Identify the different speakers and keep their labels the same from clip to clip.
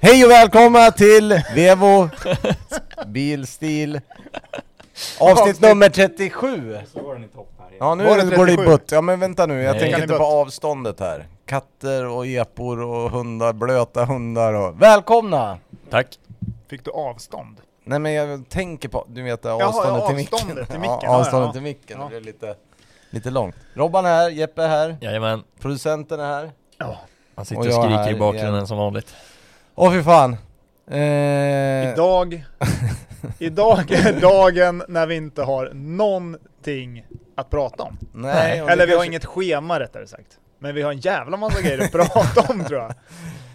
Speaker 1: Hej och välkomna till Vevo Bilstil Avsnitt nummer 37!
Speaker 2: Så går den i topp här.
Speaker 1: Ja nu
Speaker 3: Var det
Speaker 1: går det i
Speaker 3: 37?
Speaker 1: butt, ja men vänta nu, jag
Speaker 3: Nej.
Speaker 1: tänker
Speaker 3: Kan i
Speaker 1: inte
Speaker 3: butt.
Speaker 1: på avståndet här Katter och epor och hundar, blöta hundar och... Välkomna!
Speaker 4: Tack.
Speaker 3: Fick du avstånd?
Speaker 1: Nej men jag tänker på, du vet
Speaker 3: ja,
Speaker 1: avståndet till micken
Speaker 3: avståndet till micken,
Speaker 1: Ja,
Speaker 3: ja,
Speaker 1: avståndet
Speaker 3: ja.
Speaker 1: till micken,
Speaker 3: Ja.
Speaker 1: det blev lite, lite långt Robban är här, Jeppe är här,
Speaker 4: Jajamän.
Speaker 1: producenten är här
Speaker 4: Han sitter
Speaker 1: Och
Speaker 4: och,
Speaker 1: jag här
Speaker 4: skriker i
Speaker 1: igen.
Speaker 4: bakgrunden som vanligt.
Speaker 1: Åh fy fan! Eh,
Speaker 3: Idag, idag är dagen när vi inte har någonting att prata om.
Speaker 1: nej, och det
Speaker 3: Eller vi har
Speaker 1: kanske-
Speaker 3: inget schema rättare sagt. Men vi har en jävla massa grejer att prata om tror jag.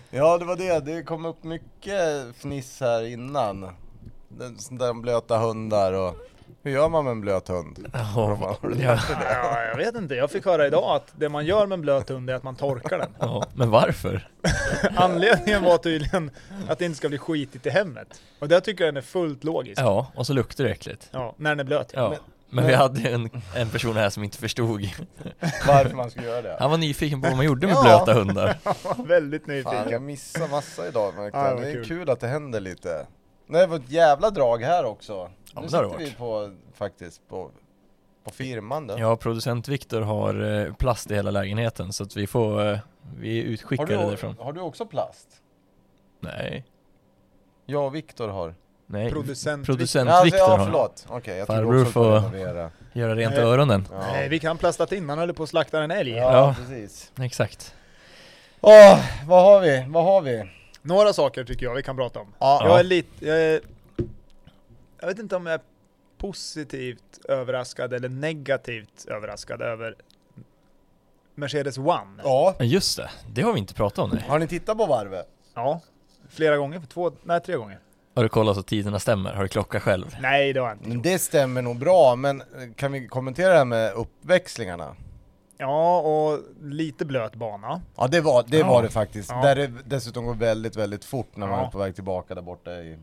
Speaker 1: Ja det var det, det kom upp mycket fniss här innan. Den, sån där blöta hundar och hur gör man med en blöt hund?
Speaker 4: Ja.
Speaker 1: Har du lärt
Speaker 4: Ja.
Speaker 1: dig det?
Speaker 3: Ja, jag vet inte, jag fick höra idag att det man gör med en blöt hund är att man torkar den.
Speaker 4: Ja. Men varför?
Speaker 3: Anledningen var tydligen att det inte ska bli skitigt i hemmet. Och det tycker jag den är fullt logisk.
Speaker 4: Ja, och så luktar det äckligt.
Speaker 3: Ja, när den är blöt.
Speaker 4: Ja.
Speaker 1: Men-
Speaker 4: Men, vi hade ju en, en person här som inte förstod.
Speaker 1: Varför man ska göra det?
Speaker 4: Han var nyfiken på vad man gjorde med
Speaker 1: Ja.
Speaker 4: blöta hundar.
Speaker 3: Väldigt
Speaker 1: Fan,
Speaker 3: nyfiken.
Speaker 1: jag missar massa idag
Speaker 3: Ja, det
Speaker 1: verkligen.
Speaker 3: var
Speaker 1: Det är
Speaker 3: kul.
Speaker 1: kul att det händer lite. Nej, det var ett jävla drag här också.
Speaker 4: men
Speaker 1: Nu
Speaker 4: det har det
Speaker 1: sitter vi på, faktiskt, på, på firman då.
Speaker 4: Ja, producent Viktor har eh, plast i hela lägenheten så att vi får, eh, vi är
Speaker 1: har,
Speaker 4: utskickade
Speaker 1: du,
Speaker 4: därifrån.
Speaker 1: har du också plast?
Speaker 4: Nej.
Speaker 1: Jag och Viktor har.
Speaker 4: Nej.
Speaker 3: Producent
Speaker 4: producent
Speaker 1: Ja, alltså,
Speaker 4: Viktor
Speaker 1: ja,
Speaker 4: har.
Speaker 1: förlåt. Okej, jag trodde
Speaker 4: Farbror
Speaker 1: också att
Speaker 4: får-
Speaker 1: du renovera.
Speaker 4: Göra rent
Speaker 3: Nej.
Speaker 4: öronen.
Speaker 1: Ja.
Speaker 3: Nej, vi kan plastat in, han höll på att slakta en älg.
Speaker 1: ja,
Speaker 4: Ja.
Speaker 1: precis.
Speaker 4: Exakt.
Speaker 1: Åh, vad har vi? Vad har vi?
Speaker 3: Några saker tycker jag vi kan prata om.
Speaker 1: Ja.
Speaker 3: Jag är lite... Jag, är, jag vet inte om jag är positivt överraskad eller negativt överraskad över Mercedes One.
Speaker 1: Ja.
Speaker 4: Men just det, det har vi inte pratat om nej.
Speaker 1: Har ni tittat på varvet?
Speaker 3: Ja, Flera gånger, två, nej tre gånger.
Speaker 4: Har du kollat så tiderna stämmer? Har du klocka själv?
Speaker 3: Nej det har jag inte.
Speaker 1: Men Det stämmer nog bra, men eh, kan vi kommentera det här med uppväxlingarna?
Speaker 3: Ja, och lite blöt bana.
Speaker 1: Ja det var det,
Speaker 4: Ja.
Speaker 1: var det faktiskt,
Speaker 3: Ja.
Speaker 1: där det dessutom går väldigt väldigt fort när man
Speaker 3: Ja.
Speaker 1: är på väg tillbaka där borta i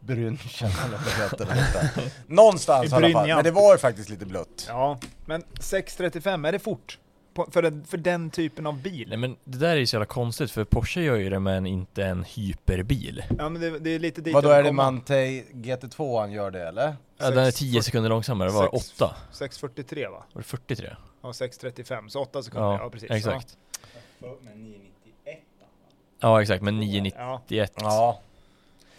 Speaker 1: Brünchen eller vad det heter där borta. Någonstans
Speaker 3: I
Speaker 1: i alla fall,
Speaker 3: Brynjan.
Speaker 1: men det var ju faktiskt lite blött.
Speaker 3: Ja, men 6.35, är det fort? På, för, den, för den typen av
Speaker 4: Nej
Speaker 3: bil?
Speaker 4: men det där är ju så jävla konstigt för Porsche gör ju det men inte en hyperbil.
Speaker 3: Ja men det, det är lite dit
Speaker 1: Vadå
Speaker 3: jag
Speaker 1: är
Speaker 3: vill
Speaker 1: det
Speaker 3: komma.
Speaker 1: Mantei GT2 han gör det eller?
Speaker 4: Ja, den är
Speaker 3: Sex-
Speaker 4: 10 sekunder långsammare, det var
Speaker 3: sex-
Speaker 4: 8.
Speaker 3: 6.43 va?
Speaker 4: Var det 43?
Speaker 3: Ja, 6.35, så 8 sekunder. Ja,
Speaker 4: Ja,
Speaker 3: precis.
Speaker 4: exakt.
Speaker 2: Med 991.
Speaker 4: Ja, exakt, men
Speaker 3: Ja.
Speaker 4: 991.
Speaker 1: Ja.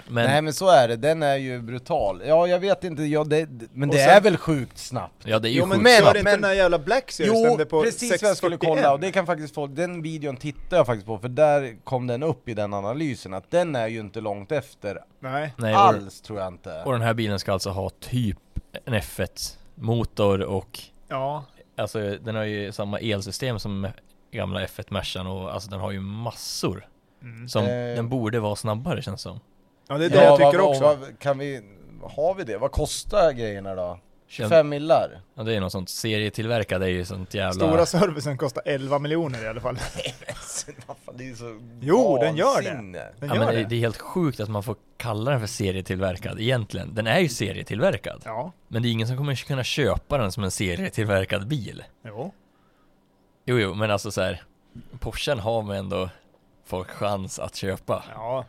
Speaker 1: Nej
Speaker 4: Men,
Speaker 1: men så är det, den är ju brutal. Ja jag vet inte, ja, det, men
Speaker 3: Och
Speaker 1: det
Speaker 3: sen-
Speaker 1: är väl sjukt snabbt?
Speaker 4: ja det är ju
Speaker 3: Jo men
Speaker 4: sjukt
Speaker 3: kör
Speaker 4: snabbt.
Speaker 3: inte
Speaker 1: men-
Speaker 3: den där jävla Black Series den där på
Speaker 1: precis vad jag skulle
Speaker 3: 641?
Speaker 1: kolla och det kan faktiskt folk, den videon tittar jag faktiskt på för där kom den upp i den analysen att den är ju inte långt efter
Speaker 3: Nej.
Speaker 4: Nej, och,
Speaker 1: alls tror jag inte.
Speaker 4: och den här bilen ska alltså ha typ en F1-motor och
Speaker 3: Ja.
Speaker 4: alltså den har ju samma elsystem som gamla F1 Mercan och alltså den har ju massor.
Speaker 3: Mm.
Speaker 4: Som,
Speaker 1: Eh.
Speaker 4: Den borde vara snabbare känns som.
Speaker 3: Ja det är det jag
Speaker 1: vad-
Speaker 3: tycker
Speaker 1: vad-
Speaker 3: också.
Speaker 1: Vad, kan vi, har vi det? Vad kostar grejerna då? 25 millar?
Speaker 4: Ja, det är något sånt serietillverkad, det är ju sånt jävla...
Speaker 3: Stora servicen kostar 11 miljoner i alla fall.
Speaker 1: Vad fan, det är så
Speaker 3: Jo, den gör det.
Speaker 1: vansinne.
Speaker 3: Den
Speaker 4: Ja,
Speaker 3: gör
Speaker 4: men det,
Speaker 3: det.
Speaker 4: det är helt sjukt att man får kalla den för serietillverkad egentligen. Den är ju serietillverkad.
Speaker 3: Ja.
Speaker 4: Men det är ingen som kommer kunna köpa den som en serietillverkad bil.
Speaker 3: Jo.
Speaker 4: Jo, jo, men alltså så här. Porschen har man ändå folk chans att köpa.
Speaker 3: Ja.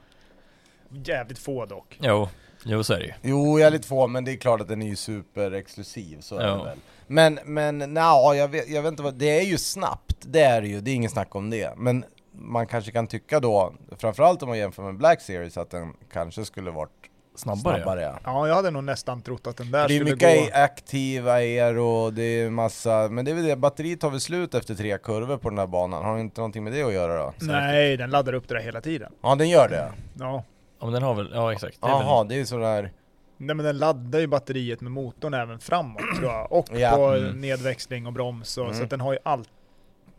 Speaker 3: Jävligt få dock.
Speaker 4: Jo, jo så är det ju.
Speaker 1: Jo, jag är lite få, men det är klart att den är ju superexklusiv, så är det
Speaker 4: Ja.
Speaker 1: väl. Men, men nja, jag vet, jag vet inte vad, det är ju snabbt, det är det ju, det är ingen snack om det. Men man kanske kan tycka då, framförallt om man jämför med Black Series, att den kanske skulle varit
Speaker 4: Snabbare.
Speaker 1: snabbare.
Speaker 4: Snabbare.
Speaker 1: ja.
Speaker 3: Ja, jag hade nog nästan trott att den där
Speaker 1: Det är
Speaker 3: skulle
Speaker 1: mycket
Speaker 3: gå...
Speaker 1: aktiva er och det är massa, men det är väl det, batteriet tar väl slut efter tre kurvor på den här banan, har det inte någonting med det att göra då?
Speaker 3: Nej, den laddar upp det där hela tiden.
Speaker 1: Ja den gör det?
Speaker 3: Ja.
Speaker 4: Ja, men den har väl, ja exakt. Det är väl-
Speaker 1: Jaha, det är sådär...
Speaker 3: Nej men den laddar ju batteriet med motorn även framåt tror jag. Och
Speaker 1: Ja.
Speaker 3: på
Speaker 4: Mm.
Speaker 3: nedväxling och broms och,
Speaker 1: Mm.
Speaker 3: så att den har ju allt.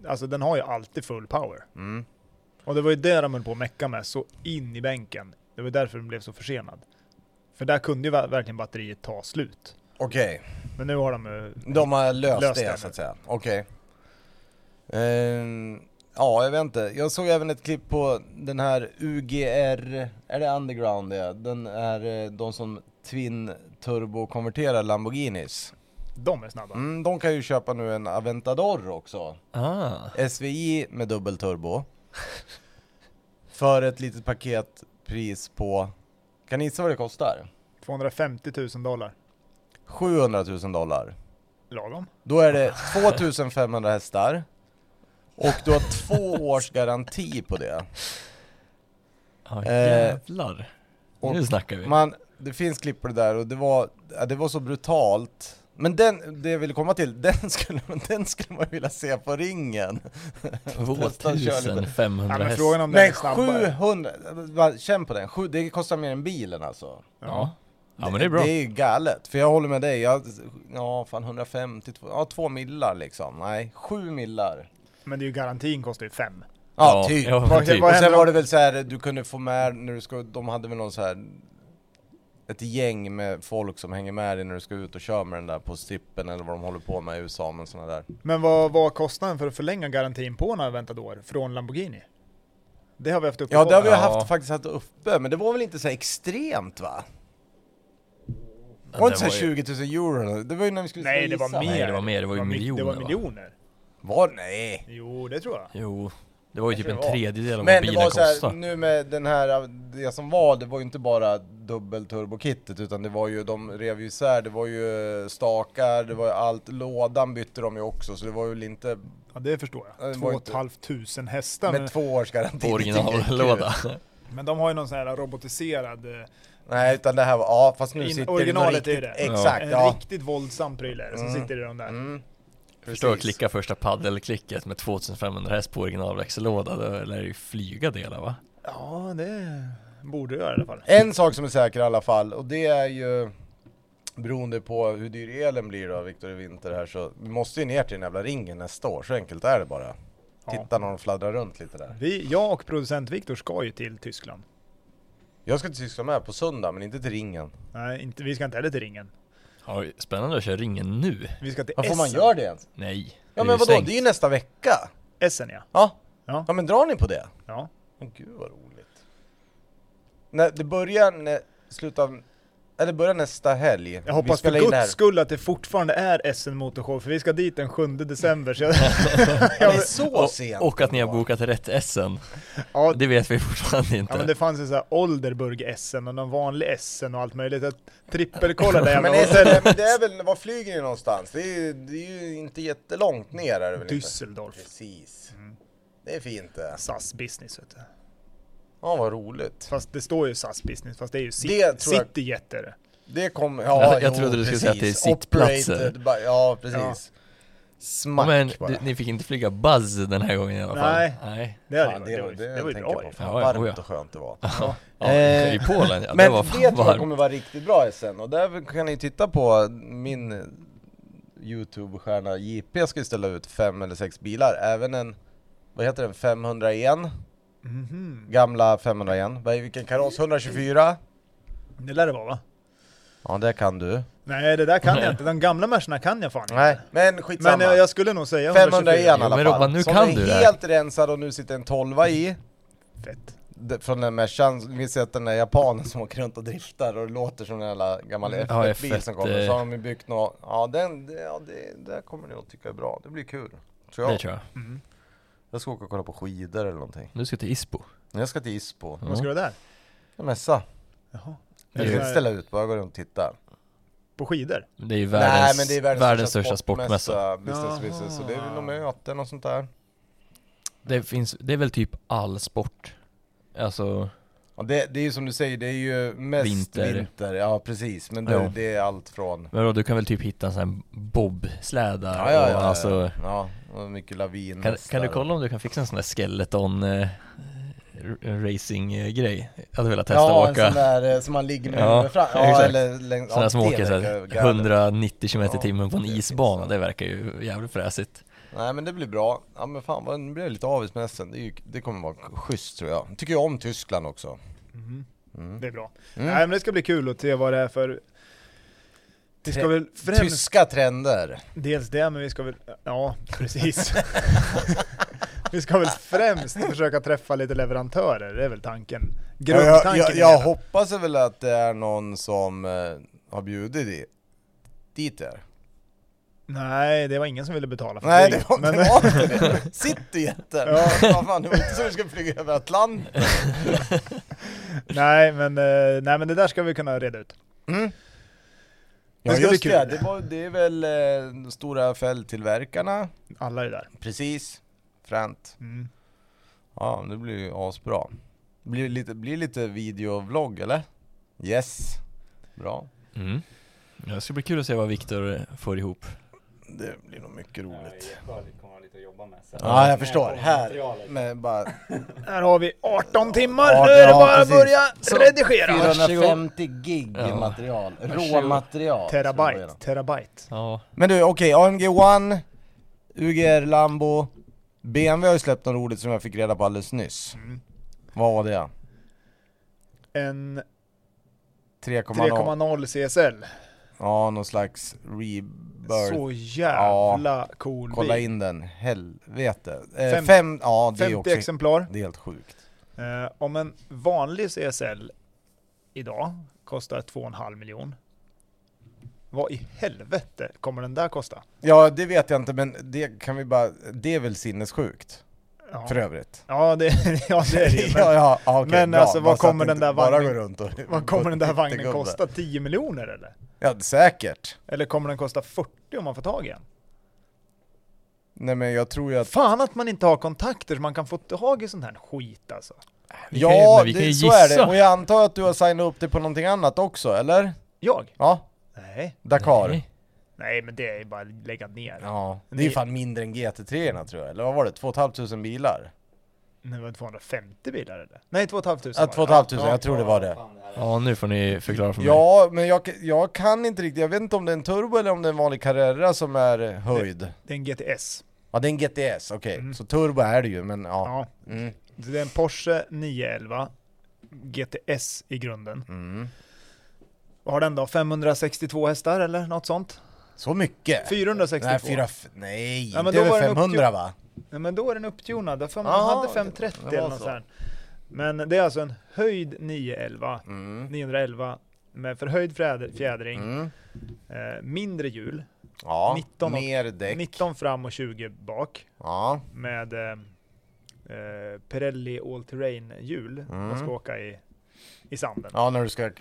Speaker 3: Alltså den har ju alltid full power.
Speaker 1: Mm.
Speaker 3: Och det var ju det de höll på att mecka med, så in i bänken. Det var därför den blev så försenad. För där kunde ju ver- verkligen batteriet ta slut.
Speaker 1: Okej,
Speaker 3: Men nu har de ju...
Speaker 1: de har löst,
Speaker 3: Löst
Speaker 1: det
Speaker 3: det.
Speaker 1: så att säga. Okej. Ehm, ja, jag vet inte. Jag såg även ett klipp på den här UGR, är det underground det? Den är eh, de som twin turbo konverterar Lamborghinis.
Speaker 3: De är snabba.
Speaker 1: Mm, de kan ju köpa nu en Aventador också.
Speaker 4: Ah.
Speaker 1: SVI med dubbel turbo. för ett litet paketpris på, kan ni gissa vad det kostar?
Speaker 3: 250 000 dollar.
Speaker 1: 700 000 dollar.
Speaker 3: Lagom.
Speaker 1: Då är det 2500 hästar och du har två års garanti på det.
Speaker 4: Ja,
Speaker 1: Eh,
Speaker 4: jävlar.
Speaker 1: och
Speaker 4: nu snackar vi.
Speaker 1: Man, det finns klipp på det där och det var, ja, det var så brutalt. Men den, det jag ville komma till, den skulle, den skulle man vilja se på ringen. Testa köra lite.
Speaker 4: 2500
Speaker 3: Ja, men
Speaker 4: häst.
Speaker 3: frågan om den är
Speaker 1: Men
Speaker 3: snabbare.
Speaker 1: 700, va, känn på den, Sju- det kostar mer än bilen alltså.
Speaker 4: Ja. ja, men det är bra.
Speaker 1: Det är ju galet, för jag håller med dig, jag, ja fan 150, två- ja två millar liksom, nej, sju millar.
Speaker 3: Men det är ju garantin kostar ju fem.
Speaker 1: Ja, typ.
Speaker 4: Ja, men
Speaker 3: Vad-
Speaker 4: typ.
Speaker 3: vad-
Speaker 1: Och sen
Speaker 3: händer
Speaker 1: var
Speaker 3: om-
Speaker 1: det väl så här, du kunde få med när du ska, de hade väl någon så här ett gäng med folk som hänger med dig när du ska ut och köra med den där på strippen eller vad de håller på med i USA men såna där.
Speaker 3: Men vad var kostnaden för att förlänga garantin på när jag väntat år från Lamborghini? Det har vi haft uppe i
Speaker 1: Ja det har vi
Speaker 3: podden.
Speaker 1: ju
Speaker 4: Ja.
Speaker 1: haft faktiskt haft uppe, men det var väl inte så här extremt va?
Speaker 4: Ja,
Speaker 1: var det inte
Speaker 4: var
Speaker 1: så här
Speaker 4: ju-
Speaker 1: 20 000 euro? Det var ju när vi skulle
Speaker 3: Nej, det
Speaker 1: gissa.
Speaker 3: var mer.
Speaker 4: Nej, det var mer. Det var ju
Speaker 3: mycket-
Speaker 4: miljoner.
Speaker 3: Det var
Speaker 4: va?
Speaker 3: miljoner.
Speaker 1: Var nej?
Speaker 3: Jo, det tror jag.
Speaker 4: Jo, det var ju typ
Speaker 1: Kanske
Speaker 4: en
Speaker 1: det var.
Speaker 4: tredjedel av vad
Speaker 1: Men det
Speaker 4: bilen
Speaker 1: var så här,
Speaker 4: kostade.
Speaker 1: nu med den här, det som var, det var ju inte bara dubbelturbokittet utan det var ju, de rev ju isär, det var ju stakar, det var ju allt, lådan bytte de ju också så det var väl inte
Speaker 3: Ja, det förstår
Speaker 1: Ja, det
Speaker 3: jag.
Speaker 1: var
Speaker 3: Två och
Speaker 1: inte-
Speaker 3: ett halvt tusen hästar. Men,
Speaker 1: med två års garanti.
Speaker 4: På originallåda.
Speaker 3: men de har ju någon sån här robotiserad... eh,
Speaker 1: Nej utan det här var, ja fast nu
Speaker 3: In-
Speaker 1: sitter
Speaker 3: originalet
Speaker 1: det
Speaker 3: är
Speaker 1: riktigt,
Speaker 3: det.
Speaker 1: Exakt,
Speaker 3: En
Speaker 1: ja.
Speaker 3: riktigt våldsam pryl är det som
Speaker 1: Mm.
Speaker 3: sitter i de där.
Speaker 1: Mm.
Speaker 4: Förstå att
Speaker 1: Precis.
Speaker 4: klicka första paddelklicket med 2500 häst på originalväxellåda, då lär det ju flyga delar va?
Speaker 3: Ja, det borde jag i alla fall.
Speaker 1: En sak som är säker i alla fall och det är ju beroende på hur dyr elen blir då, Viktor i vinter här så vi måste ju ner till den jävla ringen nästa år, så enkelt är det bara.
Speaker 3: Ja.
Speaker 1: Titta när de fladdrar runt lite där.
Speaker 3: Vi, jag och producent Viktor ska ju till Tyskland.
Speaker 1: Jag ska till Tyskland med på söndag, men inte till ringen.
Speaker 3: Nej, inte, vi ska inte heller till ringen.
Speaker 4: Ja, spännande att köra ringen nu.
Speaker 3: Vi ska till
Speaker 1: Ja, får man
Speaker 3: Essen.
Speaker 1: göra det ens?
Speaker 4: Nej. det
Speaker 1: Ja
Speaker 4: är
Speaker 1: men
Speaker 4: ju
Speaker 1: vadå,
Speaker 4: stängt.
Speaker 1: det är ju nästa vecka!
Speaker 3: Essen ja.
Speaker 1: Ja,
Speaker 3: Ja.
Speaker 1: ja men drar ni på det?
Speaker 3: ja.
Speaker 1: Men gud vad roligt. Nej, det börjar när, slutet av, eller det börjar nästa helg.
Speaker 3: Jag hoppas för
Speaker 1: spelar in det här.
Speaker 3: guds skull att det fortfarande är Essen Motorshow, för vi ska dit den 7 december. Så jag,
Speaker 1: Ja, det är så
Speaker 4: Och,
Speaker 1: sent!
Speaker 4: och att ni har bokat rätt Essen.
Speaker 3: ja,
Speaker 4: Det vet vi fortfarande inte.
Speaker 3: ja, men det fanns ju såhär Olderburg-Essen och någon vanlig Essen och allt möjligt. Jag trippelkollade det
Speaker 1: Men
Speaker 3: jävla
Speaker 1: det är,
Speaker 3: hotellet.
Speaker 1: väl- men det är väl, var flyger ni någonstans? Det är, ju- det är ju inte jättelångt ner är det väl inte?
Speaker 3: Düsseldorf.
Speaker 1: Precis.
Speaker 3: Mm.
Speaker 1: Det är fint det.
Speaker 3: SAS Business vet du.
Speaker 1: Ja vad roligt.
Speaker 3: Fast det står ju SAS Business, fast det är ju City,
Speaker 1: Det tror jag-
Speaker 3: City Jet är det.
Speaker 1: Det kommer, ja
Speaker 4: Jag- jag
Speaker 1: jo,
Speaker 4: trodde du skulle säga att det är
Speaker 1: precis.
Speaker 4: sittplatser.
Speaker 1: Operated by- Ja precis. Smack
Speaker 4: men
Speaker 1: bara.
Speaker 4: du, ni fick inte flyga Buzz den här gången i alla fall?
Speaker 3: Nej.
Speaker 4: Nej.
Speaker 3: Det, hade
Speaker 1: Fan,
Speaker 3: ju
Speaker 1: det, var,
Speaker 3: varit-
Speaker 1: det,
Speaker 3: det var ju
Speaker 1: tänker jag
Speaker 3: bra
Speaker 1: på.
Speaker 3: ju.
Speaker 1: Fan,
Speaker 4: Ja, oh ja,
Speaker 1: varmt
Speaker 4: ja.
Speaker 1: och skönt det var.
Speaker 4: Ja,
Speaker 1: Eh,
Speaker 4: I Polen ja,
Speaker 1: Men
Speaker 4: det var
Speaker 1: det
Speaker 4: fan
Speaker 1: tror jag
Speaker 4: varmt.
Speaker 1: kommer vara riktigt bra sen och där kan ni titta på min Youtube-stjärna JP ska ju ställa ut fem eller sex bilar, även en vad heter den? 501?
Speaker 3: Mhm.
Speaker 1: Gamla 501. Vad är- Vilken kaross? 124?
Speaker 3: Det lär det vara va?
Speaker 1: Ja, det kan du.
Speaker 3: Nej det där kan
Speaker 4: Nej.
Speaker 3: jag inte, de gamla Mercerna kan jag fan
Speaker 1: Nej,
Speaker 3: inte.
Speaker 1: men
Speaker 3: Men
Speaker 1: skitsamma.
Speaker 3: eh, jag skulle nog säga
Speaker 1: 501 i
Speaker 3: 124.
Speaker 1: alla fall.
Speaker 4: Men Robban, nu
Speaker 1: Som
Speaker 4: kan
Speaker 1: är
Speaker 4: du det här.
Speaker 1: helt rensad och nu sitter en 12 i.
Speaker 3: Fett.
Speaker 1: D- Från den Mercan, vi ser att den där japanen som åker runt och driftar och låter som en jävla gammal
Speaker 4: Mm. Ja,
Speaker 1: F1-bil som
Speaker 4: F1,
Speaker 1: kommer.
Speaker 4: eh.
Speaker 1: Så har de ju byggt något, ja den, det, ja det, det kommer ni att tycka är bra. Det blir kul. Tror
Speaker 4: Det
Speaker 1: jag.
Speaker 4: tror jag.
Speaker 3: Mm.
Speaker 1: Jag ska åka och kolla på skidor eller någonting.
Speaker 4: Nu ska jag till Ispo.
Speaker 1: Men Jag ska till Ispo.
Speaker 3: Vad ska du där?
Speaker 1: En mässa. Jag
Speaker 3: Jaha. Eh,
Speaker 4: Mm. Det
Speaker 1: ska
Speaker 4: är-
Speaker 1: inte ställa ut bara gå runt och titta.
Speaker 3: På skidor?
Speaker 4: Det är ju världens,
Speaker 1: men det är
Speaker 4: världens, största sportmässa.
Speaker 1: Business to business. Så det är väl
Speaker 3: Jaha.
Speaker 1: några möten och sånt där.
Speaker 4: Det, finns, det är väl typ all sport. Alltså,
Speaker 1: Ja, det, det är ju som du säger, det är ju mest vinter.
Speaker 4: Vinter.
Speaker 1: Ja precis, men
Speaker 4: Ja.
Speaker 1: det, det är allt från...
Speaker 4: men då, du kan väl typ hitta en sån här bobsläda
Speaker 1: Ja, ja, Mm, ja,
Speaker 4: och alltså,
Speaker 1: ja. och mycket lavin.
Speaker 4: Kan, kan du kolla om du kan fixa en sån där skeleton eh, r- racing eh, grej? Jag hade velat testa
Speaker 1: ja,
Speaker 4: att åka
Speaker 1: en sån där eh, som man ligger med
Speaker 4: Ja,
Speaker 1: huvudet fram. Ja,
Speaker 4: exakt.
Speaker 1: eller längs...
Speaker 4: sån där
Speaker 1: ja,
Speaker 4: som
Speaker 1: det
Speaker 4: åker så
Speaker 1: verkar
Speaker 4: här,
Speaker 1: galet.
Speaker 4: 190 km i
Speaker 1: Ja,
Speaker 4: timmen på en
Speaker 1: det finns
Speaker 4: isbana,
Speaker 1: det.
Speaker 4: det verkar ju jävligt fräsigt.
Speaker 1: Nej men det blir bra. Ja men fan, vad- nu blir jag lite avis med Essen. Det, är ju- det kommer vara schysst tror jag. Tycker jag om Tyskland också.
Speaker 3: Mhm.
Speaker 1: Mm.
Speaker 3: Det är bra. Nej
Speaker 1: Mm.
Speaker 3: men det ska bli kul att se vad det är för... Vi ska väl främst...
Speaker 1: Tyska trender.
Speaker 3: Dels det, men vi ska väl... Ja, precis. vi ska väl främst försöka träffa lite leverantörer, det är väl tanken.
Speaker 1: Jag,
Speaker 3: Grundtanken.
Speaker 1: jag,
Speaker 3: är
Speaker 1: jag
Speaker 3: det.
Speaker 1: hoppas väl att det är någon som eh, har bjudit i, dit er.
Speaker 3: Nej, det var ingen som ville betala för
Speaker 1: Nej, det
Speaker 3: flyget,
Speaker 1: var,
Speaker 3: men-
Speaker 1: det var inte det. Cityjätten!
Speaker 3: Ja.
Speaker 1: Vad fan, det var inte så du skulle flyga över Atlanten.
Speaker 3: nej, men, eh, nej, men det där ska vi kunna reda ut.
Speaker 1: Mm.
Speaker 3: Det
Speaker 1: Ja
Speaker 3: ska bli
Speaker 1: just
Speaker 3: kul.
Speaker 1: det, det, var, det är väl eh, stora fälttillverkarna.
Speaker 3: Alla är där.
Speaker 1: Precis. Fränt.
Speaker 3: Mm.
Speaker 1: Ja, det blir ju asbra. Blir lite, blir lite videovlogg eller? Yes. Bra.
Speaker 4: Mm. Ja, Det ska bli kul att se vad Viktor får ihop.
Speaker 1: Det blir nog mycket roligt.
Speaker 5: Ja, det kommer vara lite att jobba med sen.
Speaker 1: Ja, jag
Speaker 5: När
Speaker 1: förstår.
Speaker 5: kommer
Speaker 1: Här.
Speaker 5: materialet?
Speaker 1: Men bara
Speaker 3: Här har vi 18 timmar,
Speaker 1: Ja,
Speaker 3: nu är det
Speaker 1: ja,
Speaker 3: bara att
Speaker 1: precis.
Speaker 3: börja
Speaker 4: Så,
Speaker 3: redigera!
Speaker 4: fyra- Varsågod.
Speaker 1: 450 gig
Speaker 4: Ja.
Speaker 1: material.
Speaker 4: Varsågod.
Speaker 1: Råmaterial.
Speaker 3: Terabyte, terabyte.
Speaker 4: Ja.
Speaker 1: Men du, okej, AMG One, UGR Lambo, BMW har ju släppt något roligt som jag fick reda på alldeles nyss.
Speaker 3: Mm.
Speaker 1: Vad var det?
Speaker 3: En
Speaker 1: 3,0?
Speaker 3: 3,0 CSL.
Speaker 1: Ja, någon slags rebirth.
Speaker 3: Så jävla cool
Speaker 1: Kolla
Speaker 3: bil.
Speaker 1: in den, helvete. Eh,
Speaker 3: Fem-
Speaker 1: fem, ja det är
Speaker 3: 50
Speaker 1: också
Speaker 3: exemplar.
Speaker 1: det är helt sjukt.
Speaker 3: Eh, om en vanlig CSL idag kostar 2,5 miljon. Vad i helvete kommer den där kosta?
Speaker 1: Ja, det vet jag inte men det kan vi bara, det är väl sinnessjukt
Speaker 3: Ja,
Speaker 1: för övrigt.
Speaker 3: ja, det, ja det är det ju.
Speaker 1: ja,
Speaker 3: Men
Speaker 1: ja, ja, okej,
Speaker 3: men
Speaker 1: bra.
Speaker 3: alltså, vad
Speaker 1: Bara så att
Speaker 3: kommer
Speaker 1: det
Speaker 3: den
Speaker 1: inte
Speaker 3: där
Speaker 1: bara
Speaker 3: vagnen-
Speaker 1: går runt och,
Speaker 3: vad kommer den där vagnen
Speaker 1: Gubbe.
Speaker 3: kosta? 10 miljoner eller?
Speaker 1: Ja, säkert.
Speaker 3: Eller kommer den kosta 40 om man får tag i den?
Speaker 1: Nej men jag tror ju att
Speaker 3: Fan att man inte har kontakter så man kan få tag i sån här skit alltså.
Speaker 4: Vi kan ju-
Speaker 1: ja,
Speaker 4: men vi kan
Speaker 1: det,
Speaker 4: ju
Speaker 1: så är det.
Speaker 4: gissa.
Speaker 1: Och jag antar att du har signat upp dig på någonting annat också, eller?
Speaker 3: Jag?
Speaker 1: Ja,
Speaker 3: Nej.
Speaker 1: Dakar.
Speaker 4: Nej.
Speaker 3: Nej men det är ju bara att lägga ner.
Speaker 1: Ja, det är ju
Speaker 3: Nej.
Speaker 1: fan mindre än GT3 -orna, tror jag, eller vad var det? 2500 bilar?
Speaker 3: Det var 250 bilar eller? Nej 2500
Speaker 1: Ja,
Speaker 3: var det.
Speaker 1: 2500,
Speaker 3: Ja,
Speaker 1: jag tror det var det.
Speaker 5: Fan, det här är-
Speaker 4: Ja, nu får ni förklara för mig.
Speaker 1: Ja, men jag, jag kan inte riktigt, jag vet inte om det är en turbo eller om det är en vanlig Carrera som är eh, höjd.
Speaker 3: Det är en GTS.
Speaker 1: Ja, det är en GTS, okej.
Speaker 3: Mm.
Speaker 1: Så turbo är det ju, men ja.
Speaker 3: Ja.
Speaker 1: Mm.
Speaker 3: Det är en Porsche 911 GTS i grunden.
Speaker 1: Mm.
Speaker 3: Vad har den då? 562 hästar eller något sånt?
Speaker 1: Så mycket?
Speaker 3: 462.
Speaker 1: Nej, fyra, f- nej
Speaker 3: Ja, men
Speaker 1: inte
Speaker 3: då var
Speaker 1: över
Speaker 3: den
Speaker 1: 500 va?
Speaker 3: Nej, men då är den upptunad. Jag för mig
Speaker 1: Jaha,
Speaker 3: den hade 530
Speaker 1: Ah, det- det var
Speaker 3: eller något
Speaker 1: så.
Speaker 3: sånt. Men det är alltså en höjd 911,
Speaker 1: Mm.
Speaker 3: 911 med förhöjd fjäder- fjädring,
Speaker 1: Mm.
Speaker 3: eh, mindre hjul,
Speaker 1: Ja,
Speaker 3: 19 och-
Speaker 1: mer däck.
Speaker 3: 19 fram och 20 bak
Speaker 1: Ja.
Speaker 3: med eh, eh, Pirelli All Terrain hjul. Man
Speaker 1: Mm.
Speaker 3: ska åka i, i sanden.
Speaker 1: ja, när du ska k-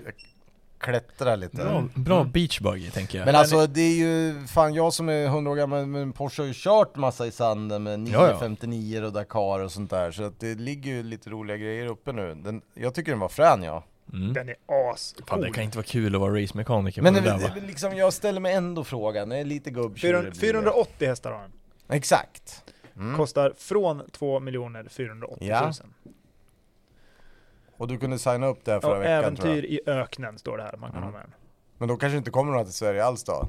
Speaker 1: klättra lite.
Speaker 4: Bra, bra beachbuggy tänker jag.
Speaker 1: Men alltså det är ju, fan jag som är 100 år gammal, men Porsche har ju kört massa i sanden med
Speaker 4: Ja, ja.
Speaker 1: 959 och Dakar och sånt där, så att det ligger ju lite roliga grejer uppe nu. Den, jag tycker den var frän ja.
Speaker 4: Mm.
Speaker 3: Den är ascool.
Speaker 4: Fan, det kan inte vara kul att vara racemekaniker på
Speaker 1: Men
Speaker 4: det
Speaker 1: det,
Speaker 4: där
Speaker 1: det,
Speaker 4: va?
Speaker 1: det, liksom, jag ställer mig ändå frågan, det är lite gubbtjur det blir.
Speaker 3: 480 hästar har den.
Speaker 1: Exakt. Mm.
Speaker 3: Kostar från 2 miljoner 480 000.
Speaker 1: Ja, Och du kunde signa upp det här förra
Speaker 3: och
Speaker 1: veckan tror
Speaker 3: äventyr
Speaker 1: jag.
Speaker 3: i öknen står det här man kan
Speaker 1: Mm.
Speaker 3: ha med den.
Speaker 1: Men då kanske inte kommer några till Sverige alls då?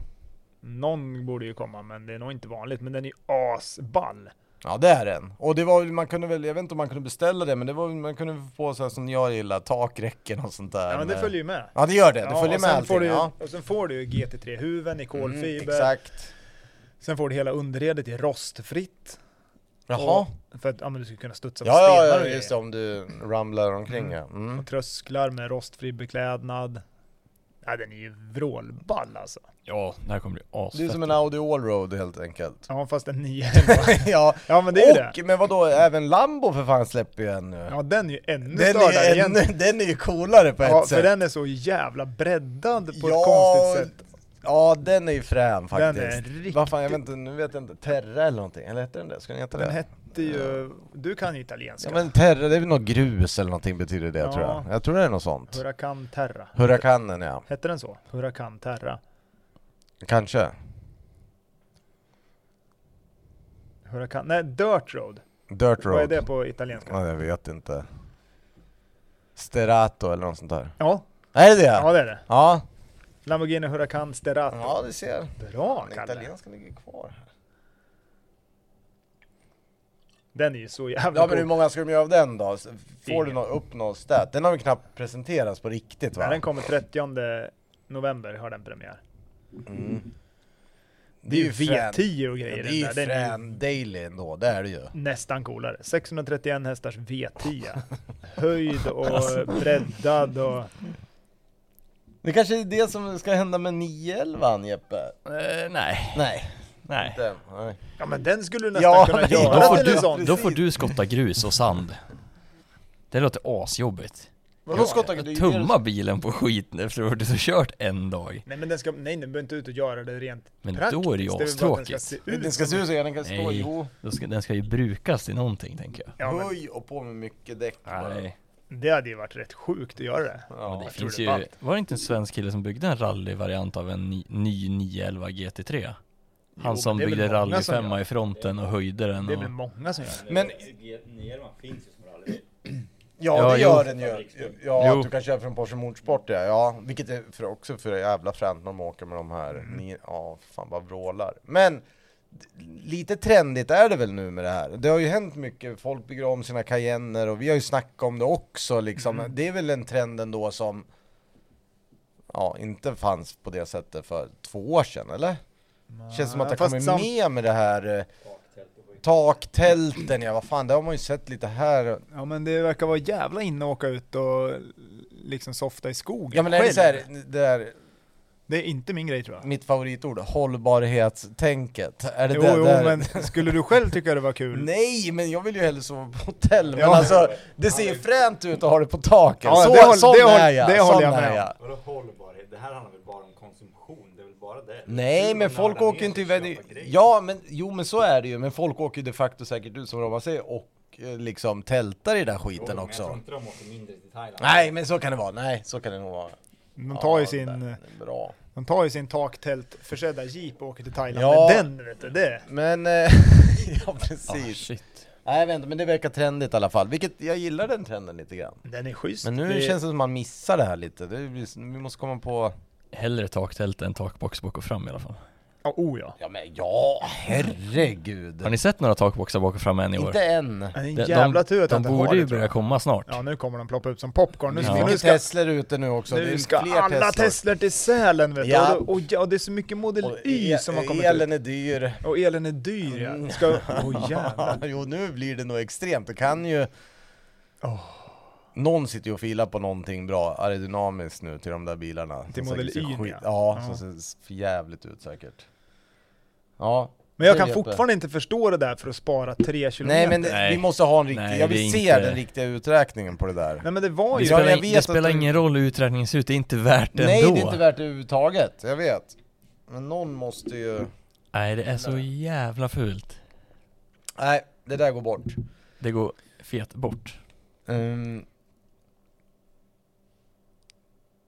Speaker 3: Någon borde ju komma men det är nog inte vanligt. Men den är ju asball.
Speaker 1: Ja det är den. Och det var väl, man kunde väl, jag vet inte om man kunde beställa det, men det var väl- man kunde få så här som jag gillar, takräcken och sånt där.
Speaker 3: Ja men det
Speaker 1: med-
Speaker 3: följer ju med.
Speaker 1: Ja det gör det, det
Speaker 3: Ja,
Speaker 1: följer
Speaker 3: och
Speaker 1: med
Speaker 3: sen
Speaker 1: allting.
Speaker 3: får du, ju-
Speaker 1: ja. Mm,
Speaker 3: Och sen får du ju GT3-huven i kolfiber.
Speaker 1: exakt.
Speaker 3: sen får du hela underredet i rostfritt.
Speaker 1: Jaha.
Speaker 3: Och- För att ja, men du ska kunna studsa på
Speaker 1: Ja,
Speaker 3: stenar
Speaker 1: ja,
Speaker 3: och
Speaker 1: ja, just det,
Speaker 3: grejer.
Speaker 1: om du ramlar omkring ja. Mm.
Speaker 3: Och trösklar med rostfri beklädnad. Ja, den är ju vrålball alltså.
Speaker 4: Ja, det här kommer bli
Speaker 1: Det är
Speaker 4: asfett.
Speaker 1: som en Audi Allroad helt enkelt.
Speaker 3: Ja fast en 9
Speaker 1: ja,
Speaker 3: Ja men det är ju det.
Speaker 1: och, men vadå, även Lambo för fan släpper ju en nu.
Speaker 3: Ja den är ju ännu
Speaker 1: den,
Speaker 3: stördare
Speaker 1: är
Speaker 3: egentligen.
Speaker 1: ännu, den är ju coolare på
Speaker 3: Ja,
Speaker 1: ett
Speaker 3: för
Speaker 1: sätt.
Speaker 3: den är så jävla breddad på
Speaker 1: Ja,
Speaker 3: ett konstigt sätt.
Speaker 1: Ja, den är ju frän faktiskt.
Speaker 3: Den är riktigt...
Speaker 1: Vad fan, jag vet inte, nu vet jag inte, Terra eller någonting, eller heter den det? Ska den heta det?
Speaker 3: Den hette ju... Du kan ju italienska.
Speaker 1: ja men Terra, det är väl något grus eller någonting betyder det tror jag.
Speaker 3: Ja.
Speaker 1: Jag tror det är något sånt.
Speaker 3: Huracan Terra.
Speaker 1: Hurrikanen ja,
Speaker 3: Hette den så? Huracan Terra.
Speaker 1: kanske.
Speaker 3: Huracan... Nej, Dirt Road.
Speaker 1: Dirt Road.
Speaker 3: Vad är det på italienska?
Speaker 1: Ja, jag vet inte. Sterato eller något sånt där.
Speaker 3: Ja,
Speaker 1: Är det det?
Speaker 3: ja det är det.
Speaker 1: Ja.
Speaker 3: Lamborghini Huracan Sterato.
Speaker 1: Ja, du ser.
Speaker 3: Bra
Speaker 1: Den
Speaker 3: Kalle!
Speaker 1: italienska ligger kvar här.
Speaker 3: Den är ju så jävla
Speaker 1: Ja, men hur
Speaker 3: cool.
Speaker 1: många ska de göra av den då? S- Får
Speaker 3: Ingen.
Speaker 1: du nå- upp någon stat? Den har väl knappt presenterats på riktigt va?
Speaker 3: Nej, Den kommer 30 november, har den premiär.
Speaker 1: Mm.
Speaker 3: Det är ju
Speaker 1: frän.
Speaker 3: V10 och
Speaker 1: Ja,
Speaker 3: grejer
Speaker 1: Det
Speaker 3: den
Speaker 1: är ju
Speaker 3: där. Den är ju
Speaker 1: frän daily ändå, det är det ju.
Speaker 3: nästan coolare. 631 hästars V10. Höjd och breddad och...
Speaker 1: Det kanske är det som ska hända med 911 Jeppe?
Speaker 4: Eh, nej,
Speaker 1: Nej.
Speaker 4: Nej.
Speaker 1: Den, nej.
Speaker 3: Ja men den skulle du nästan
Speaker 1: Ja,
Speaker 3: kunna
Speaker 1: men-
Speaker 4: Då
Speaker 3: göra
Speaker 4: får,
Speaker 3: till en
Speaker 4: du,
Speaker 3: sån.
Speaker 4: då får du skotta grus och sand. Det låter asjobbigt.
Speaker 1: Vadå skottar du?
Speaker 4: Tumma bilen på skiten efter att du har kört en dag.
Speaker 3: Nej men den ska, nej den behöver inte ut och göra det rent
Speaker 4: Men
Speaker 3: praktiskt.
Speaker 4: då är det ju
Speaker 3: väl bara att den ska
Speaker 4: astråkigt.
Speaker 3: se ut
Speaker 1: Den ska se ut så, den kan stå,
Speaker 4: Nej.
Speaker 1: jo.
Speaker 4: Då ska, den ska ju brukas till någonting tänker jag.
Speaker 3: Ja, men
Speaker 1: Höj och på med mycket däck bara.
Speaker 4: Nej.
Speaker 3: det hade ju varit rätt sjukt att göra det.
Speaker 1: Ja.
Speaker 4: det
Speaker 3: jag tror
Speaker 4: finns
Speaker 3: det
Speaker 4: ju,
Speaker 3: är
Speaker 4: var det inte en svensk kille som byggde en rallyvariant av en ny, ny 911 GT3? Han
Speaker 3: Jo,
Speaker 4: som
Speaker 3: men det är väl
Speaker 4: byggde
Speaker 3: många som gör
Speaker 4: rallyfemma
Speaker 3: det.
Speaker 4: i fronten och höjde den
Speaker 3: Det är väl
Speaker 4: och...
Speaker 3: många som gör det.
Speaker 1: Men-
Speaker 6: G9 finns ju som rally.
Speaker 1: Ja,
Speaker 4: Ja,
Speaker 1: det
Speaker 4: jo.
Speaker 1: gör den ju. Ja,
Speaker 4: Jo.
Speaker 1: att du kan köpa från Porsche Motorsport ja. ja. Vilket är för, också för jävla fränt när de åker med de här,
Speaker 4: Mm.
Speaker 1: ni, ja fan vad vrålar. Men d- lite trendigt är det väl nu med det här. Det har ju hänt mycket, folk bygger om sina Cayenner och vi har ju snackat om det också liksom.
Speaker 4: Mm.
Speaker 1: Det är väl en trend ändå som Ja, inte fanns på det sättet för två år sedan, eller? Känns som att det
Speaker 3: Fast
Speaker 1: kommer
Speaker 3: sam-
Speaker 1: med med det här eh,
Speaker 6: Baktält och skit.
Speaker 1: taktälten, ja vad fan, det har man ju sett lite här
Speaker 3: Ja men det verkar vara jävla inne att åka ut och liksom softa i skogen
Speaker 1: Ja men är det
Speaker 3: själv.
Speaker 1: så här, det där
Speaker 3: Det är inte min grej tror jag.
Speaker 1: mitt favoritord, hållbarhetstänket. Är det
Speaker 3: Jo,
Speaker 1: det
Speaker 3: jo
Speaker 1: där?
Speaker 3: men skulle du själv tycka det var kul?
Speaker 1: Nej, men jag vill ju hellre sova på hotell. Men
Speaker 3: Ja.
Speaker 1: alltså, det ser ju fränt ut att ha det på taket.
Speaker 3: Ja,
Speaker 1: så,
Speaker 3: det håll-
Speaker 1: sån
Speaker 3: det håll-
Speaker 1: är jag.
Speaker 3: det
Speaker 1: sån
Speaker 3: håller jag med
Speaker 1: är
Speaker 3: om.
Speaker 6: Vadå hållbarhet? Det här handlar väl bara om konsumtion? Det är väl bara det?
Speaker 1: Nej, men folk åker ju inte iväg. Ja, men jo, men så är det ju. Men folk åker ju de facto säkert ut som Robban säger och eh, liksom tältar i den där skiten
Speaker 6: Jag tror
Speaker 1: också.
Speaker 6: inte de åker mindre till Thailand.
Speaker 1: Nej, men så kan det vara. Nej, så kan det nog vara.
Speaker 3: De tar ju
Speaker 1: Ja,
Speaker 3: sin, eh,
Speaker 1: det- det är Bra.
Speaker 3: de tar ju sin taktält försedda jeep och åker till Thailand
Speaker 1: Ja.
Speaker 3: med den vet du. Det.
Speaker 1: Men, eh, ja
Speaker 4: Ah,
Speaker 1: precis.
Speaker 4: shit.
Speaker 1: Nej, jag vet inte, men det verkar trendigt i alla fall. Vilket, jag gillar den trenden lite grann.
Speaker 3: Den är schysst.
Speaker 1: Men nu
Speaker 3: det,
Speaker 1: känns det som att man missar det här lite. Det blir, vi måste komma på...
Speaker 4: Hellre taktält än takbox bak och fram i alla fall.
Speaker 3: Ja, oh ja.
Speaker 1: Ja men ja, herregud!
Speaker 4: Har ni sett några takboxar bak och fram än i år?
Speaker 1: Inte än!
Speaker 3: Men det är en
Speaker 4: De-
Speaker 3: jävla tur att jag
Speaker 4: de
Speaker 3: inte
Speaker 4: borde
Speaker 3: har
Speaker 4: ju
Speaker 3: det tror
Speaker 4: börja
Speaker 3: jag.
Speaker 4: komma snart.
Speaker 3: Ja nu kommer de ploppa upp som popcorn. Nu,
Speaker 1: Det är
Speaker 4: Ja.
Speaker 3: nu
Speaker 1: mycket
Speaker 3: ska,
Speaker 1: Teslor ute nu också. det är
Speaker 3: nu ska
Speaker 1: fler
Speaker 3: alla
Speaker 1: Teslor.
Speaker 3: Teslor till Sälen vet
Speaker 1: Ja.
Speaker 3: du. Och, och, ja, det är så mycket Model
Speaker 1: Och
Speaker 3: Y
Speaker 1: el-
Speaker 3: som har kommit
Speaker 1: Elen är dyr.
Speaker 3: ut. Och elen är dyr ja.
Speaker 1: Mm.
Speaker 3: Ska, oh, jävlar.
Speaker 1: jo nu blir det nog extremt. Det kan ju... Någon sitter ju och filar på någonting bra aerodynamiskt nu till de där bilarna.
Speaker 3: Till
Speaker 1: Som
Speaker 3: Model
Speaker 1: säkert ser
Speaker 3: Y,
Speaker 1: skit-
Speaker 3: ja.
Speaker 1: Ja,
Speaker 3: Ja.
Speaker 1: som ser för jävligt ut säkert. Ja.
Speaker 3: Men jag
Speaker 1: det
Speaker 3: kan
Speaker 1: vet jag.
Speaker 3: fortfarande inte förstå det där för att spara 3
Speaker 1: Nej
Speaker 3: kilometer.
Speaker 1: men det-
Speaker 4: Nej.
Speaker 1: vi måste ha en riktig,
Speaker 4: Nej,
Speaker 1: jag
Speaker 4: det
Speaker 1: vill
Speaker 4: är
Speaker 1: se
Speaker 4: inte-
Speaker 1: den riktiga uträkningen på det där.
Speaker 3: Nej men det var
Speaker 4: Det
Speaker 3: ju...
Speaker 1: Ja,
Speaker 4: spelar,
Speaker 1: jag
Speaker 4: in-
Speaker 1: vet
Speaker 4: det
Speaker 1: att
Speaker 4: spelar
Speaker 1: du-
Speaker 4: ingen roll hur uträkningen ser ut, det är inte värt det
Speaker 1: Nej,
Speaker 4: ändå.
Speaker 1: det är inte värt det överhuvudtaget. Jag vet. Men någon måste ju...
Speaker 4: Nej, det är så jävla fult.
Speaker 1: Nej, det där går bort.
Speaker 4: Det går fet bort.
Speaker 1: Um,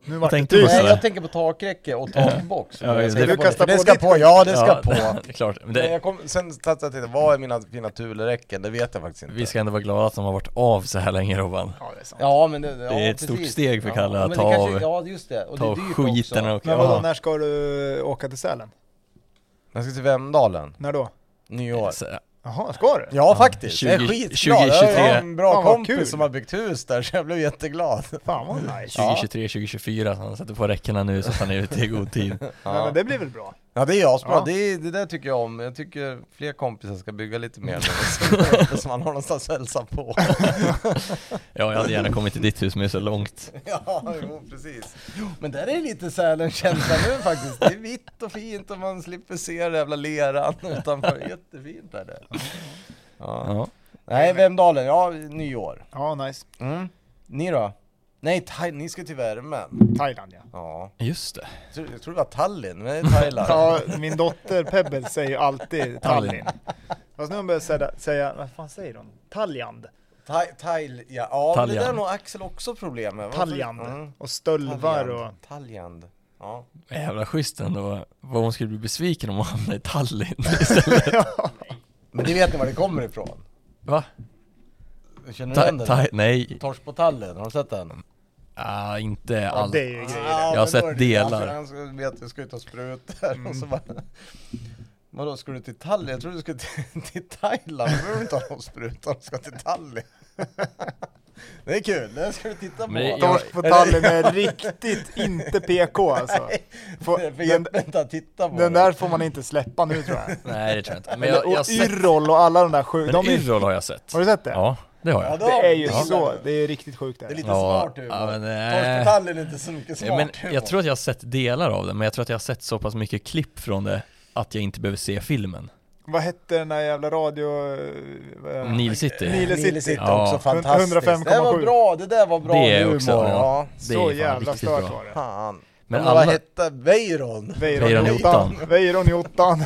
Speaker 3: Nu
Speaker 4: Vad
Speaker 3: vart det
Speaker 4: tänkte du
Speaker 3: dyrt.
Speaker 1: nej,
Speaker 4: Sara?
Speaker 1: jag tänker på takräcke och takbox.
Speaker 4: Ja, just det.
Speaker 1: Jag
Speaker 3: Du
Speaker 1: tänker
Speaker 3: kastar
Speaker 1: det. För
Speaker 3: på
Speaker 1: det ska
Speaker 3: ditt
Speaker 1: på, ja det ska
Speaker 4: Ja,
Speaker 1: på.
Speaker 4: det är klart. Men
Speaker 1: Men
Speaker 4: det,
Speaker 1: jag kom, sen satt jag och tittade, vad är mina fina Thule-räcken? Det vet jag faktiskt inte.
Speaker 4: vi ska ändå vara glada att de har varit av så här länge Robban.
Speaker 3: Ja det är sant.
Speaker 1: Ja men det, ja,
Speaker 4: är ett stort steg för Kalle
Speaker 1: men
Speaker 4: att
Speaker 1: det
Speaker 4: ta
Speaker 1: kanske-
Speaker 4: av-
Speaker 1: Ja just det, och det
Speaker 4: Ta
Speaker 1: är
Speaker 4: och
Speaker 1: dyrt
Speaker 4: skiten
Speaker 1: också.
Speaker 4: och...
Speaker 3: Men vadå,
Speaker 4: Ja.
Speaker 3: när ska du åka till Sälen?
Speaker 1: Jag ska till Vemdalen,
Speaker 3: När då?
Speaker 1: nyår.
Speaker 4: Så-
Speaker 3: Jaha, ska du?
Speaker 1: Ja faktiskt, jag är
Speaker 4: 20
Speaker 1: skitglad. Jag har en bra
Speaker 3: Fan, vad
Speaker 1: kompis
Speaker 3: kul.
Speaker 1: som har byggt hus där så jag blev jätteglad.
Speaker 3: Fan vad nice.
Speaker 4: 2023, 2024, så han sätter på räckena nu så att han är ute i god tid.
Speaker 3: Nej, men det blir väl bra?
Speaker 1: Ja det är asbra,
Speaker 3: Ja.
Speaker 1: det, är- det där tycker jag om. Jag tycker fler kompisar ska bygga lite mer nu, så man har någonstans att hälsa på.
Speaker 4: Ja, jag hade gärna kommit till ditt hus men det är så långt.
Speaker 1: ja, jo precis. Men där är lite Sälen-känsla nu faktiskt. Det är vitt och fint och man slipper se den jävla leran utanför. Jättefint är det. Ja.
Speaker 4: Ja.
Speaker 1: Nej, Vemdalen, ja, nyår.
Speaker 3: Ja, nice.
Speaker 1: Mm. Ni då? Nej, Thai- ni ska till värmen.
Speaker 3: Thailand ja.
Speaker 1: Ja,
Speaker 4: Just det.
Speaker 1: jag tror, jag tror det var Tallinn, men det är Thailand.
Speaker 3: Ja, min dotter Pebble säger ju alltid Tallinn.
Speaker 4: Tallinn.
Speaker 3: Fast nu har hon börjat säga, säga, vad fan säger hon? Thailand.
Speaker 1: Thai, Thai, ja, ja men det där har
Speaker 4: Thailand.
Speaker 1: nog Axel också problem med. Varför-
Speaker 3: Thailand.
Speaker 1: Mm.
Speaker 3: Och stölvar och...
Speaker 1: Taljand. Taljand. Ja.
Speaker 4: Men Jävla schysst ändå. Vad hon skulle bli besviken om hon hamnade i Tallinn.
Speaker 1: Men det vet ni var det kommer ifrån?
Speaker 4: Va?
Speaker 1: Känner du
Speaker 4: Ta,
Speaker 1: igen den?
Speaker 4: ta, nej.
Speaker 1: Torsk på tallen, har du sett den?
Speaker 4: Ah, inte
Speaker 3: Ja,
Speaker 4: alls.
Speaker 3: det är ju grejer det.
Speaker 4: har
Speaker 1: Ah, men
Speaker 4: sett
Speaker 1: då är det- Mm.
Speaker 4: delar.
Speaker 1: Ja, Han ska- vet att jag ska ut och spruta och så bara... Vadå, ska du till Tallinn? Jag trodde du skulle till, till Thailand, då behöver du inte ha någon spruta om du ska till Tallinn. Det är kul, det ska du titta på.
Speaker 4: Men det-
Speaker 3: Torsk på Tallinn är riktigt inte PK alltså. Få,
Speaker 1: För
Speaker 3: den,
Speaker 1: Jeppe inte har tittat på
Speaker 3: den
Speaker 1: det.
Speaker 3: där får man inte släppa nu tror jag.
Speaker 4: Nej, det tror jag inte. Men jag, jag har
Speaker 3: och
Speaker 4: sett.
Speaker 3: Yrrol och alla de där sju.
Speaker 4: Men
Speaker 3: De är,
Speaker 4: Yrrol har jag sett.
Speaker 3: har du sett det?
Speaker 4: Ja, det har
Speaker 1: Ja,
Speaker 4: jag.
Speaker 1: då-
Speaker 3: Det är ju
Speaker 1: Ja.
Speaker 3: så, det är riktigt sjukt
Speaker 1: Det är
Speaker 3: det.
Speaker 1: lite
Speaker 4: Ja,
Speaker 1: smart humor.
Speaker 4: ja, men nej.
Speaker 1: Torsk på tallen är inte så mycket smart
Speaker 4: Men
Speaker 1: humor.
Speaker 4: jag tror att jag har sett delar av det, men jag tror att jag har sett så pass mycket klipp från det att jag inte behöver se filmen.
Speaker 3: Vad hette den där jävla radio... eh, vad är det?
Speaker 4: Nile City.
Speaker 3: Nile
Speaker 6: Nile
Speaker 3: City.
Speaker 6: City
Speaker 4: Ja.
Speaker 6: också fantastiskt. Det var
Speaker 3: 105,7.
Speaker 6: bra, det där var bra
Speaker 4: Det är
Speaker 6: humor.
Speaker 4: också,
Speaker 6: ja.
Speaker 4: ja. Det är
Speaker 3: Så
Speaker 4: fan
Speaker 3: jävla
Speaker 4: riktigt
Speaker 3: stört
Speaker 4: bra.
Speaker 3: var det.
Speaker 6: Fan.
Speaker 4: Men
Speaker 6: Men vad
Speaker 4: alla,
Speaker 6: hette Veyron?
Speaker 4: Vejron i ottan.
Speaker 3: Vejron i ottan.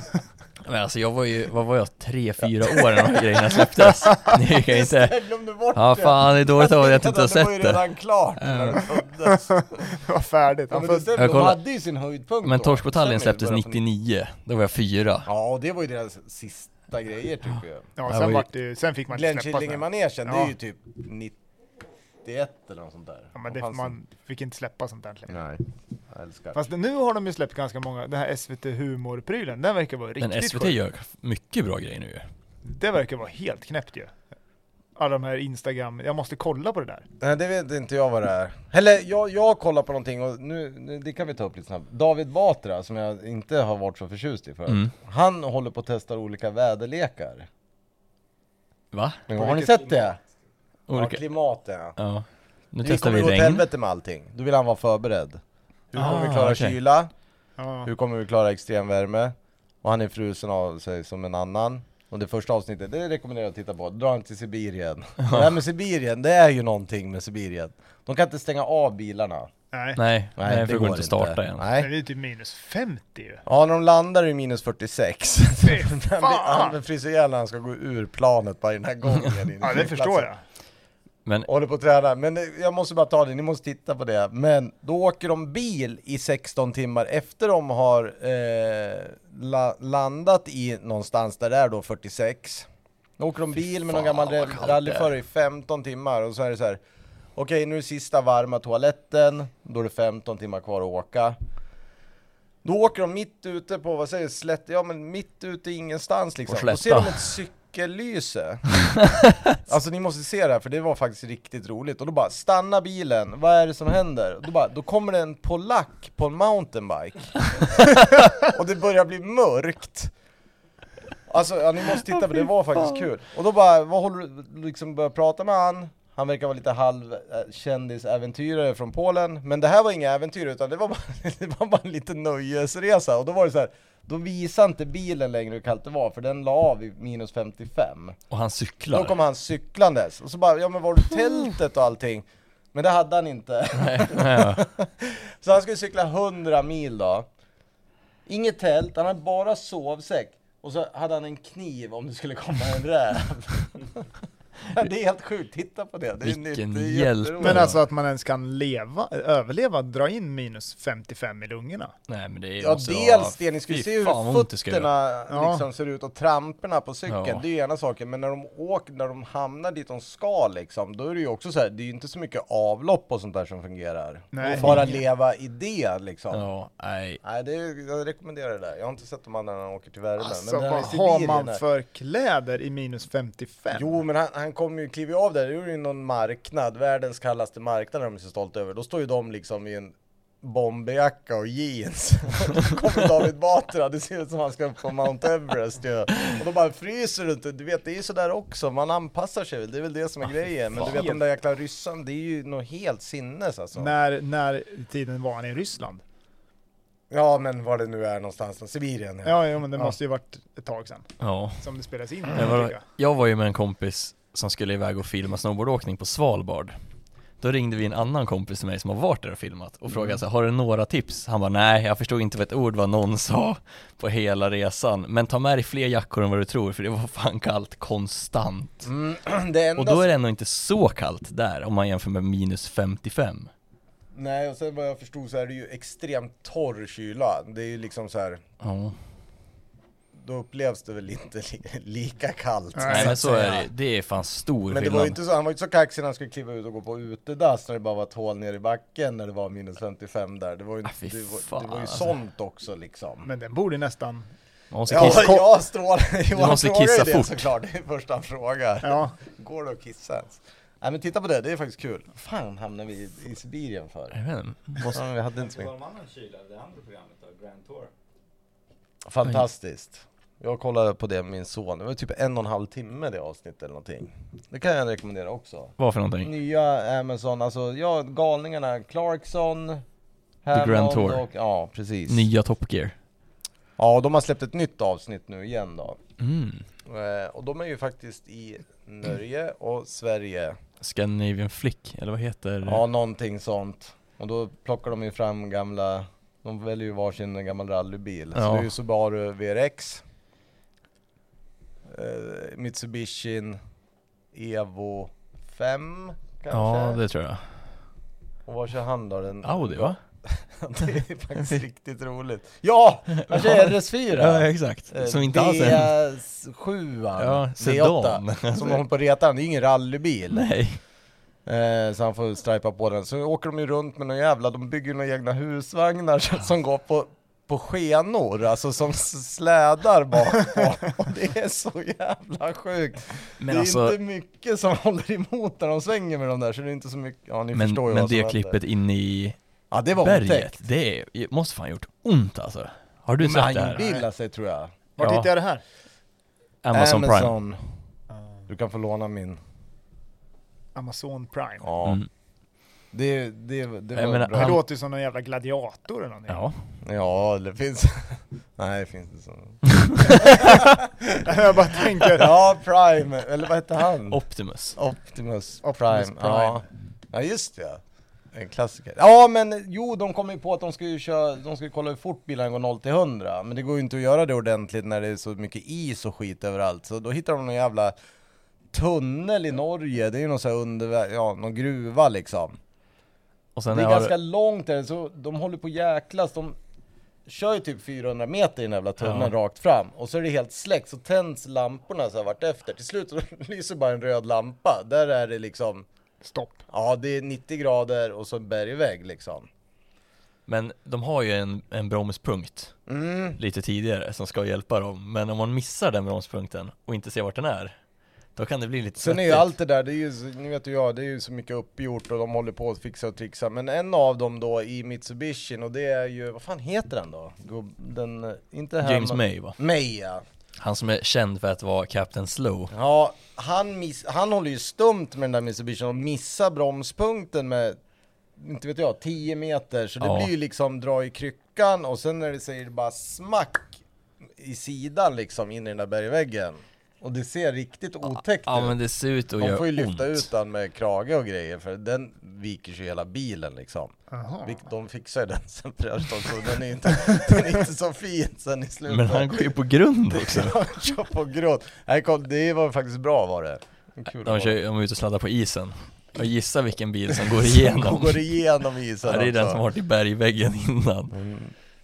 Speaker 4: men alltså jag var ju, vad var jag, tre, fyra år när de här grejerna släpptes. Ni kan ju inte...
Speaker 6: Jag glömde bort
Speaker 4: Ja
Speaker 6: det.
Speaker 4: fan, det är dåligt av att jag inte har
Speaker 6: var ju
Speaker 4: sett det.
Speaker 6: redan klart när det föddes.
Speaker 3: Det var färdigt.
Speaker 6: Ja,
Speaker 3: Han
Speaker 6: men det
Speaker 3: föddes
Speaker 6: stämmer, de
Speaker 4: kollar.
Speaker 6: hade ju sin höjdpunkt
Speaker 4: Men
Speaker 6: då.
Speaker 4: Torskbataljen
Speaker 6: Sen är det
Speaker 4: släpptes
Speaker 6: bara på-
Speaker 4: 99, då var jag fyra.
Speaker 6: Ja, och det var ju deras sista grejer tycker jag.
Speaker 3: Ja,
Speaker 4: Det
Speaker 3: sen,
Speaker 4: var
Speaker 3: var
Speaker 4: ju-
Speaker 3: det ju, sen fick man
Speaker 6: Glenn
Speaker 3: inte släppa
Speaker 6: Killing i
Speaker 3: sen.
Speaker 6: manegen, det
Speaker 3: Ja.
Speaker 6: är ju typ 91 eller något sånt där.
Speaker 3: Ja, men
Speaker 6: Vad
Speaker 3: det,
Speaker 6: fanns
Speaker 3: man fick inte släppa sånt där längre.
Speaker 6: Nej, jag älskar.
Speaker 3: Fast nu har de ju släppt ganska många, den här SVT Humor-prylen, den verkar vara riktigt
Speaker 4: Men SVT
Speaker 3: sjuk.
Speaker 4: gör mycket bra grejer nu ju.
Speaker 3: Det verkar vara helt knäppt ju. Alla de här Instagram, jag måste kolla på det där.
Speaker 6: Nej det vet inte jag vad det är. Eller jag, jag kollar på någonting och nu, nu, det kan vi ta upp lite snabbt. David Batra, som jag inte har varit så förtjust i förut,
Speaker 4: Mm.
Speaker 6: han håller på att testa olika väderlekar.
Speaker 4: Va?
Speaker 6: har ni
Speaker 3: vilket
Speaker 6: sett det? Ja,
Speaker 4: Olika...
Speaker 6: klimatet ja.
Speaker 4: Ja. Nu
Speaker 6: Det
Speaker 4: testar
Speaker 6: kommer
Speaker 4: vi
Speaker 6: gå åt
Speaker 4: regn.
Speaker 6: helvete med allting, då vill han vara förberedd. Hur kommer
Speaker 4: Ah,
Speaker 6: vi klara
Speaker 4: okej.
Speaker 6: kyla?
Speaker 3: Ja.
Speaker 6: Hur kommer vi klara extremvärme? Och han är frusen av sig som en annan. Och det första avsnittet, det rekommenderar jag att titta på. Dra inte till Sibirien. Det här med Sibirien, det är ju någonting med Sibirien. De kan inte stänga av bilarna.
Speaker 3: Nej.
Speaker 4: Nej, nej, det går inte att starta än.
Speaker 3: Det
Speaker 6: Nej.
Speaker 3: är ju typ minus 50 ju.
Speaker 6: Ja, när de landar är det minus 46.
Speaker 3: Fy
Speaker 6: Han blir- Han
Speaker 3: fan!
Speaker 6: fryser ihjäl när han ska gå ur planet bara i den här gången. in i
Speaker 3: Ja, det
Speaker 6: flygplatsen.
Speaker 3: förstår jag.
Speaker 4: Men
Speaker 6: Och håller på att träna. Men eh, jag måste bara ta det, ni måste titta på det. Men då åker de bil i 16 timmar efter de har eh, la- landat i någonstans där det är då 46. Då åker de bil med
Speaker 4: fan,
Speaker 6: någon gammal
Speaker 4: vad
Speaker 6: ra-
Speaker 4: kallt det är.
Speaker 6: rallyförare i 15 timmar och så är det så här. Okej, nu är det sista varma toaletten. Då är det 15 timmar kvar att åka. Då åker de mitt ute på, vad säger jag, slätte, ja men mitt ute i ingenstans liksom. Då ser de
Speaker 4: slätta.
Speaker 6: ett cykellyse. Alltså ni måste se det här för det var faktiskt riktigt roligt. Och då bara, stanna bilen, vad är det som händer? Och då bara, då kommer det en polack på en mountainbike. och det börjar bli mörkt. Alltså ja, ni måste titta på det, det var faktiskt kul. Och då bara, vad håller du, liksom börjar prata med han. Han verkar vara lite halv eh, kändisäventyrare från Polen, men det här var inga äventyr utan det var bara, det var bara en liten nöjesresa. Och då var det så här, då visade inte bilen längre hur kallt det var för den la av i minus 55.
Speaker 4: Och han
Speaker 6: Då
Speaker 4: cyklar.
Speaker 6: kom han cyklandes, och så bara, ja men var du tältet och allting? Men det hade han inte.
Speaker 4: Ja.
Speaker 6: Så han skulle cykla 100 mil då. Inget tält, han hade bara sovsäck. Och så hade han en kniv om det skulle komma en räv. det är helt sjukt, titta på det. det är
Speaker 4: Vilken
Speaker 6: nytt, det är
Speaker 4: hjälte.
Speaker 6: jätteroligt.
Speaker 3: Men alltså att man ens kan leva, överleva, dra in minus 55 i lungorna.
Speaker 4: Nej men det är
Speaker 6: Ja
Speaker 4: måste vara-
Speaker 6: dels det, ni skulle
Speaker 4: Alltså, Fy
Speaker 6: se hur
Speaker 4: fan, vad ont det ska göra.
Speaker 6: fötterna
Speaker 3: Ja.
Speaker 6: liksom ser ut och tramporna på cykeln,
Speaker 4: Ja.
Speaker 6: det är ju ena saken. Men när de åker, när de hamnar dit de ska liksom, då är det ju också så här, det är ju inte så mycket avlopp och sånt där som fungerar.
Speaker 3: Nej.
Speaker 6: Och bara leva i det liksom.
Speaker 4: Ja, nej.
Speaker 6: Nej, det är, jag rekommenderar det där. Jag har inte sett de andra när han åker till värmen.
Speaker 3: Alltså
Speaker 6: den här
Speaker 3: vad
Speaker 6: i
Speaker 3: har
Speaker 6: Sibirien
Speaker 3: man
Speaker 6: där-
Speaker 3: för kläder i minus 55?
Speaker 6: Jo, men han, han kommer ju, kliver ju av där, det är ju någon marknad, världens kallaste marknad de är så stolta över. Då står ju de liksom i en bomberjacka och jeans. Då kommer David Batra, det ser ut som han ska upp på Mount Everest ju. Och då bara fryser du inte, du vet det är ju sådär också, man anpassar sig väl, det är väl det som är
Speaker 4: Ah,
Speaker 6: grejen. Men du vet de där jäkla ryssarna, det är ju något helt sinnes alltså.
Speaker 3: När, när tiden var han i Ryssland?
Speaker 6: Ja, men var det nu är någonstans, Sibirien.
Speaker 3: Ja, jo, men det
Speaker 6: Ja.
Speaker 3: måste ju varit ett tag sedan
Speaker 4: Ja.
Speaker 3: som det spelas in.
Speaker 4: Jag
Speaker 3: tycker
Speaker 4: var,
Speaker 3: jag.
Speaker 4: jag var ju med en kompis som skulle iväg och filma snowboardåkning på Svalbard. Då ringde vi en annan kompis till mig som har varit där och filmat och frågade
Speaker 6: Mm.
Speaker 4: så här, har du några tips? Han bara, nej jag förstod inte vad ett ord vad någon sa på hela resan. Men ta med dig fler jackor än vad du tror för det var fan kallt konstant.
Speaker 6: Mm, det enda
Speaker 4: Och då är det ändå inte så kallt där om man jämför med minus 55.
Speaker 6: Nej, och sen vad jag förstod så är det ju extremt torr kyla. Det är ju liksom så här,
Speaker 4: Ja.
Speaker 6: då upplevs det väl inte li- lika kallt.
Speaker 4: Nej men så
Speaker 6: att
Speaker 4: är
Speaker 6: säga.
Speaker 4: det det är fan stor
Speaker 6: Men det var
Speaker 4: skillnad.
Speaker 6: ju inte så, han var ju inte så kaxig när han skulle kliva ut och gå på utedass när det bara var ett hål ner i backen när det var minus 55 där. Det var ju,
Speaker 4: Ah, fy
Speaker 6: det var, det
Speaker 4: fan,
Speaker 6: var ju
Speaker 4: alltså.
Speaker 6: sånt också liksom.
Speaker 3: Men den borde nästan...
Speaker 4: Man måste
Speaker 6: Ja,
Speaker 4: kissa.
Speaker 6: jag strålar. Johan
Speaker 4: måste
Speaker 6: frågar ju
Speaker 4: kissa
Speaker 6: det
Speaker 4: fort.
Speaker 6: Såklart, det är första han frågar.
Speaker 3: Ja,
Speaker 6: Går det att kissa ens? Nej men titta på det, det är faktiskt kul. fan hamnade vi i- i Sibirien för?
Speaker 4: Jag vet inte. Måste...
Speaker 6: Ja, vi hade inte så
Speaker 7: På tal
Speaker 6: mycket.
Speaker 7: om annan kyla, det andra programmet då, Grand Tour.
Speaker 6: Fantastiskt. Jag kollade på det med min son, det var typ en och en halv timme det avsnittet eller någonting. Det kan jag rekommendera också.
Speaker 4: Vad för någonting?
Speaker 6: Nya Amazon, alltså ja, galningarna Clarkson,
Speaker 4: Grand
Speaker 6: Hammond
Speaker 4: Tour.
Speaker 6: Och, ja, precis.
Speaker 4: Nya Top Gear.
Speaker 6: Ja, och de har släppt ett nytt avsnitt nu igen då.
Speaker 4: Mm.
Speaker 6: Eh, och de är ju faktiskt i Norge och Sverige.
Speaker 4: Scandinavian Flick, eller vad heter
Speaker 6: Ja, någonting sånt. Och då plockar de ju fram gamla, de väljer ju varsin gammal rallybil. Så
Speaker 4: Ja.
Speaker 6: det är ju Subaru VRX, eh, Mitsubishi Evo 5 kanske?
Speaker 4: ja det tror jag.
Speaker 6: Och vad kör han då? Den...
Speaker 4: Audi va?
Speaker 6: det är faktiskt riktigt roligt. Ja! Han kör RS4!
Speaker 4: Ja exakt,
Speaker 6: Eh,
Speaker 4: som inte alls är en...
Speaker 6: V7,
Speaker 4: Ja,
Speaker 6: V8,
Speaker 4: sedan.
Speaker 6: som de håller på att reta han. Det är ingen rallybil.
Speaker 4: Nej.
Speaker 6: Eh, så han får strajpa på den. Så åker de ju runt med någon jävla, de bygger några egna husvagnar som- som går på, på skenor, alltså som s- slädar bakpå. Och det är så jävla sjukt.
Speaker 4: Men
Speaker 6: det är
Speaker 4: alltså,
Speaker 6: inte mycket som håller emot när de svänger med de där, så det är inte så mycket, ja ni
Speaker 4: men,
Speaker 6: förstår ju
Speaker 4: men
Speaker 6: vad som
Speaker 4: det
Speaker 6: händer.
Speaker 4: klippet inne i
Speaker 6: ja, det var
Speaker 4: berget,
Speaker 6: otäckt.
Speaker 4: det är, måste fan gjort ont alltså. Har du
Speaker 6: Men
Speaker 4: sett
Speaker 6: han
Speaker 4: det här?
Speaker 6: gjorde illa sig tror jag.
Speaker 3: Vart
Speaker 4: Ja.
Speaker 3: hittar jag det här?
Speaker 4: Amazon, Prime.
Speaker 6: Amazon. Du kan få låna min.
Speaker 3: Amazon Prime.
Speaker 6: Ja.
Speaker 4: Mm.
Speaker 6: Det, det, det var
Speaker 4: Jag menar,
Speaker 6: bra.
Speaker 3: Det
Speaker 4: han-
Speaker 3: låter ju som någon jävla gladiator eller någonting.
Speaker 4: Ja.
Speaker 6: Mm. Ja, det finns... Nej, det finns inte så.
Speaker 3: jag bara tänker,
Speaker 6: Ja, Prime, eller vad hette han?
Speaker 4: Optimus.
Speaker 6: Optimus,
Speaker 3: Optimus
Speaker 6: Prime.
Speaker 3: Prime.
Speaker 6: Ja. ja, just det. En klassiker. Ja, men jo, de kom ju på att de ska ju köra, de ska ju kolla hur fort bilarna går 0 till 100. Men det går ju inte att göra det ordentligt när det är så mycket is och skit överallt. Så då hittar de någon jävla tunnel i Norge. Det är ju någon sån här under, ja, någon gruva liksom.
Speaker 4: Och sen
Speaker 6: det är
Speaker 4: har-
Speaker 6: ganska långt där, så de håller på att jäklas. De kör ju typ 400 meter i den jävla tunneln rakt fram. Och så är det helt släckt, så tänds lamporna så här vartefter. Till slut så lyser bara en röd lampa. Där är det liksom,
Speaker 3: stopp.
Speaker 6: ja det är 90 grader och så en bergvägg liksom.
Speaker 4: Men de har ju en, en bromspunkt
Speaker 6: Mm.
Speaker 4: lite tidigare som ska hjälpa dem. Men om man missar den bromspunkten och inte ser vart den är, då kan det bli lite
Speaker 6: Sen är ju
Speaker 4: svettigt.
Speaker 6: allt det där, det är ju, så- ni vet ju jag, det är ju så mycket uppgjort och de håller på att fixa och trixa. Men en av dem då i Mitsubishi och det är ju, vad fan heter den då? Gubb- Den, eh, inte det här
Speaker 4: James
Speaker 6: men-
Speaker 4: May va?
Speaker 6: May ja.
Speaker 4: Han som är känd för att vara Captain Slow.
Speaker 6: Ja, han, miss, han håller ju stumt med den där Mitsubishi och missar bromspunkten med, inte vet jag, 10 meter. Så det
Speaker 4: Ja.
Speaker 6: blir ju liksom dra i kryckan och sen när det säger bara smack i sidan liksom in i den där bergväggen. Och det ser riktigt otäckt
Speaker 4: Ja men
Speaker 6: ut.
Speaker 4: det ser ut att
Speaker 6: De
Speaker 4: göra
Speaker 6: får ju lyfta
Speaker 4: ont.
Speaker 6: ut den med krage och grejer för den viker sig hela bilen liksom.
Speaker 3: Aha.
Speaker 6: Vilket de fixar ju den sen för övrigt också. den är ju inte, den är inte så fin sen i slutet.
Speaker 4: Men han går ju på grund också.
Speaker 6: Han kör på gråt. Nej, kom, det var faktiskt bra var det. Kul
Speaker 4: De, kör, ju- de är ute och sladdar på isen. Och gissa vilken bil som går igenom.
Speaker 6: går igenom alltså. isen
Speaker 4: Ja, det är den
Speaker 6: också.
Speaker 4: som har varit i bergväggen innan.
Speaker 6: Mm.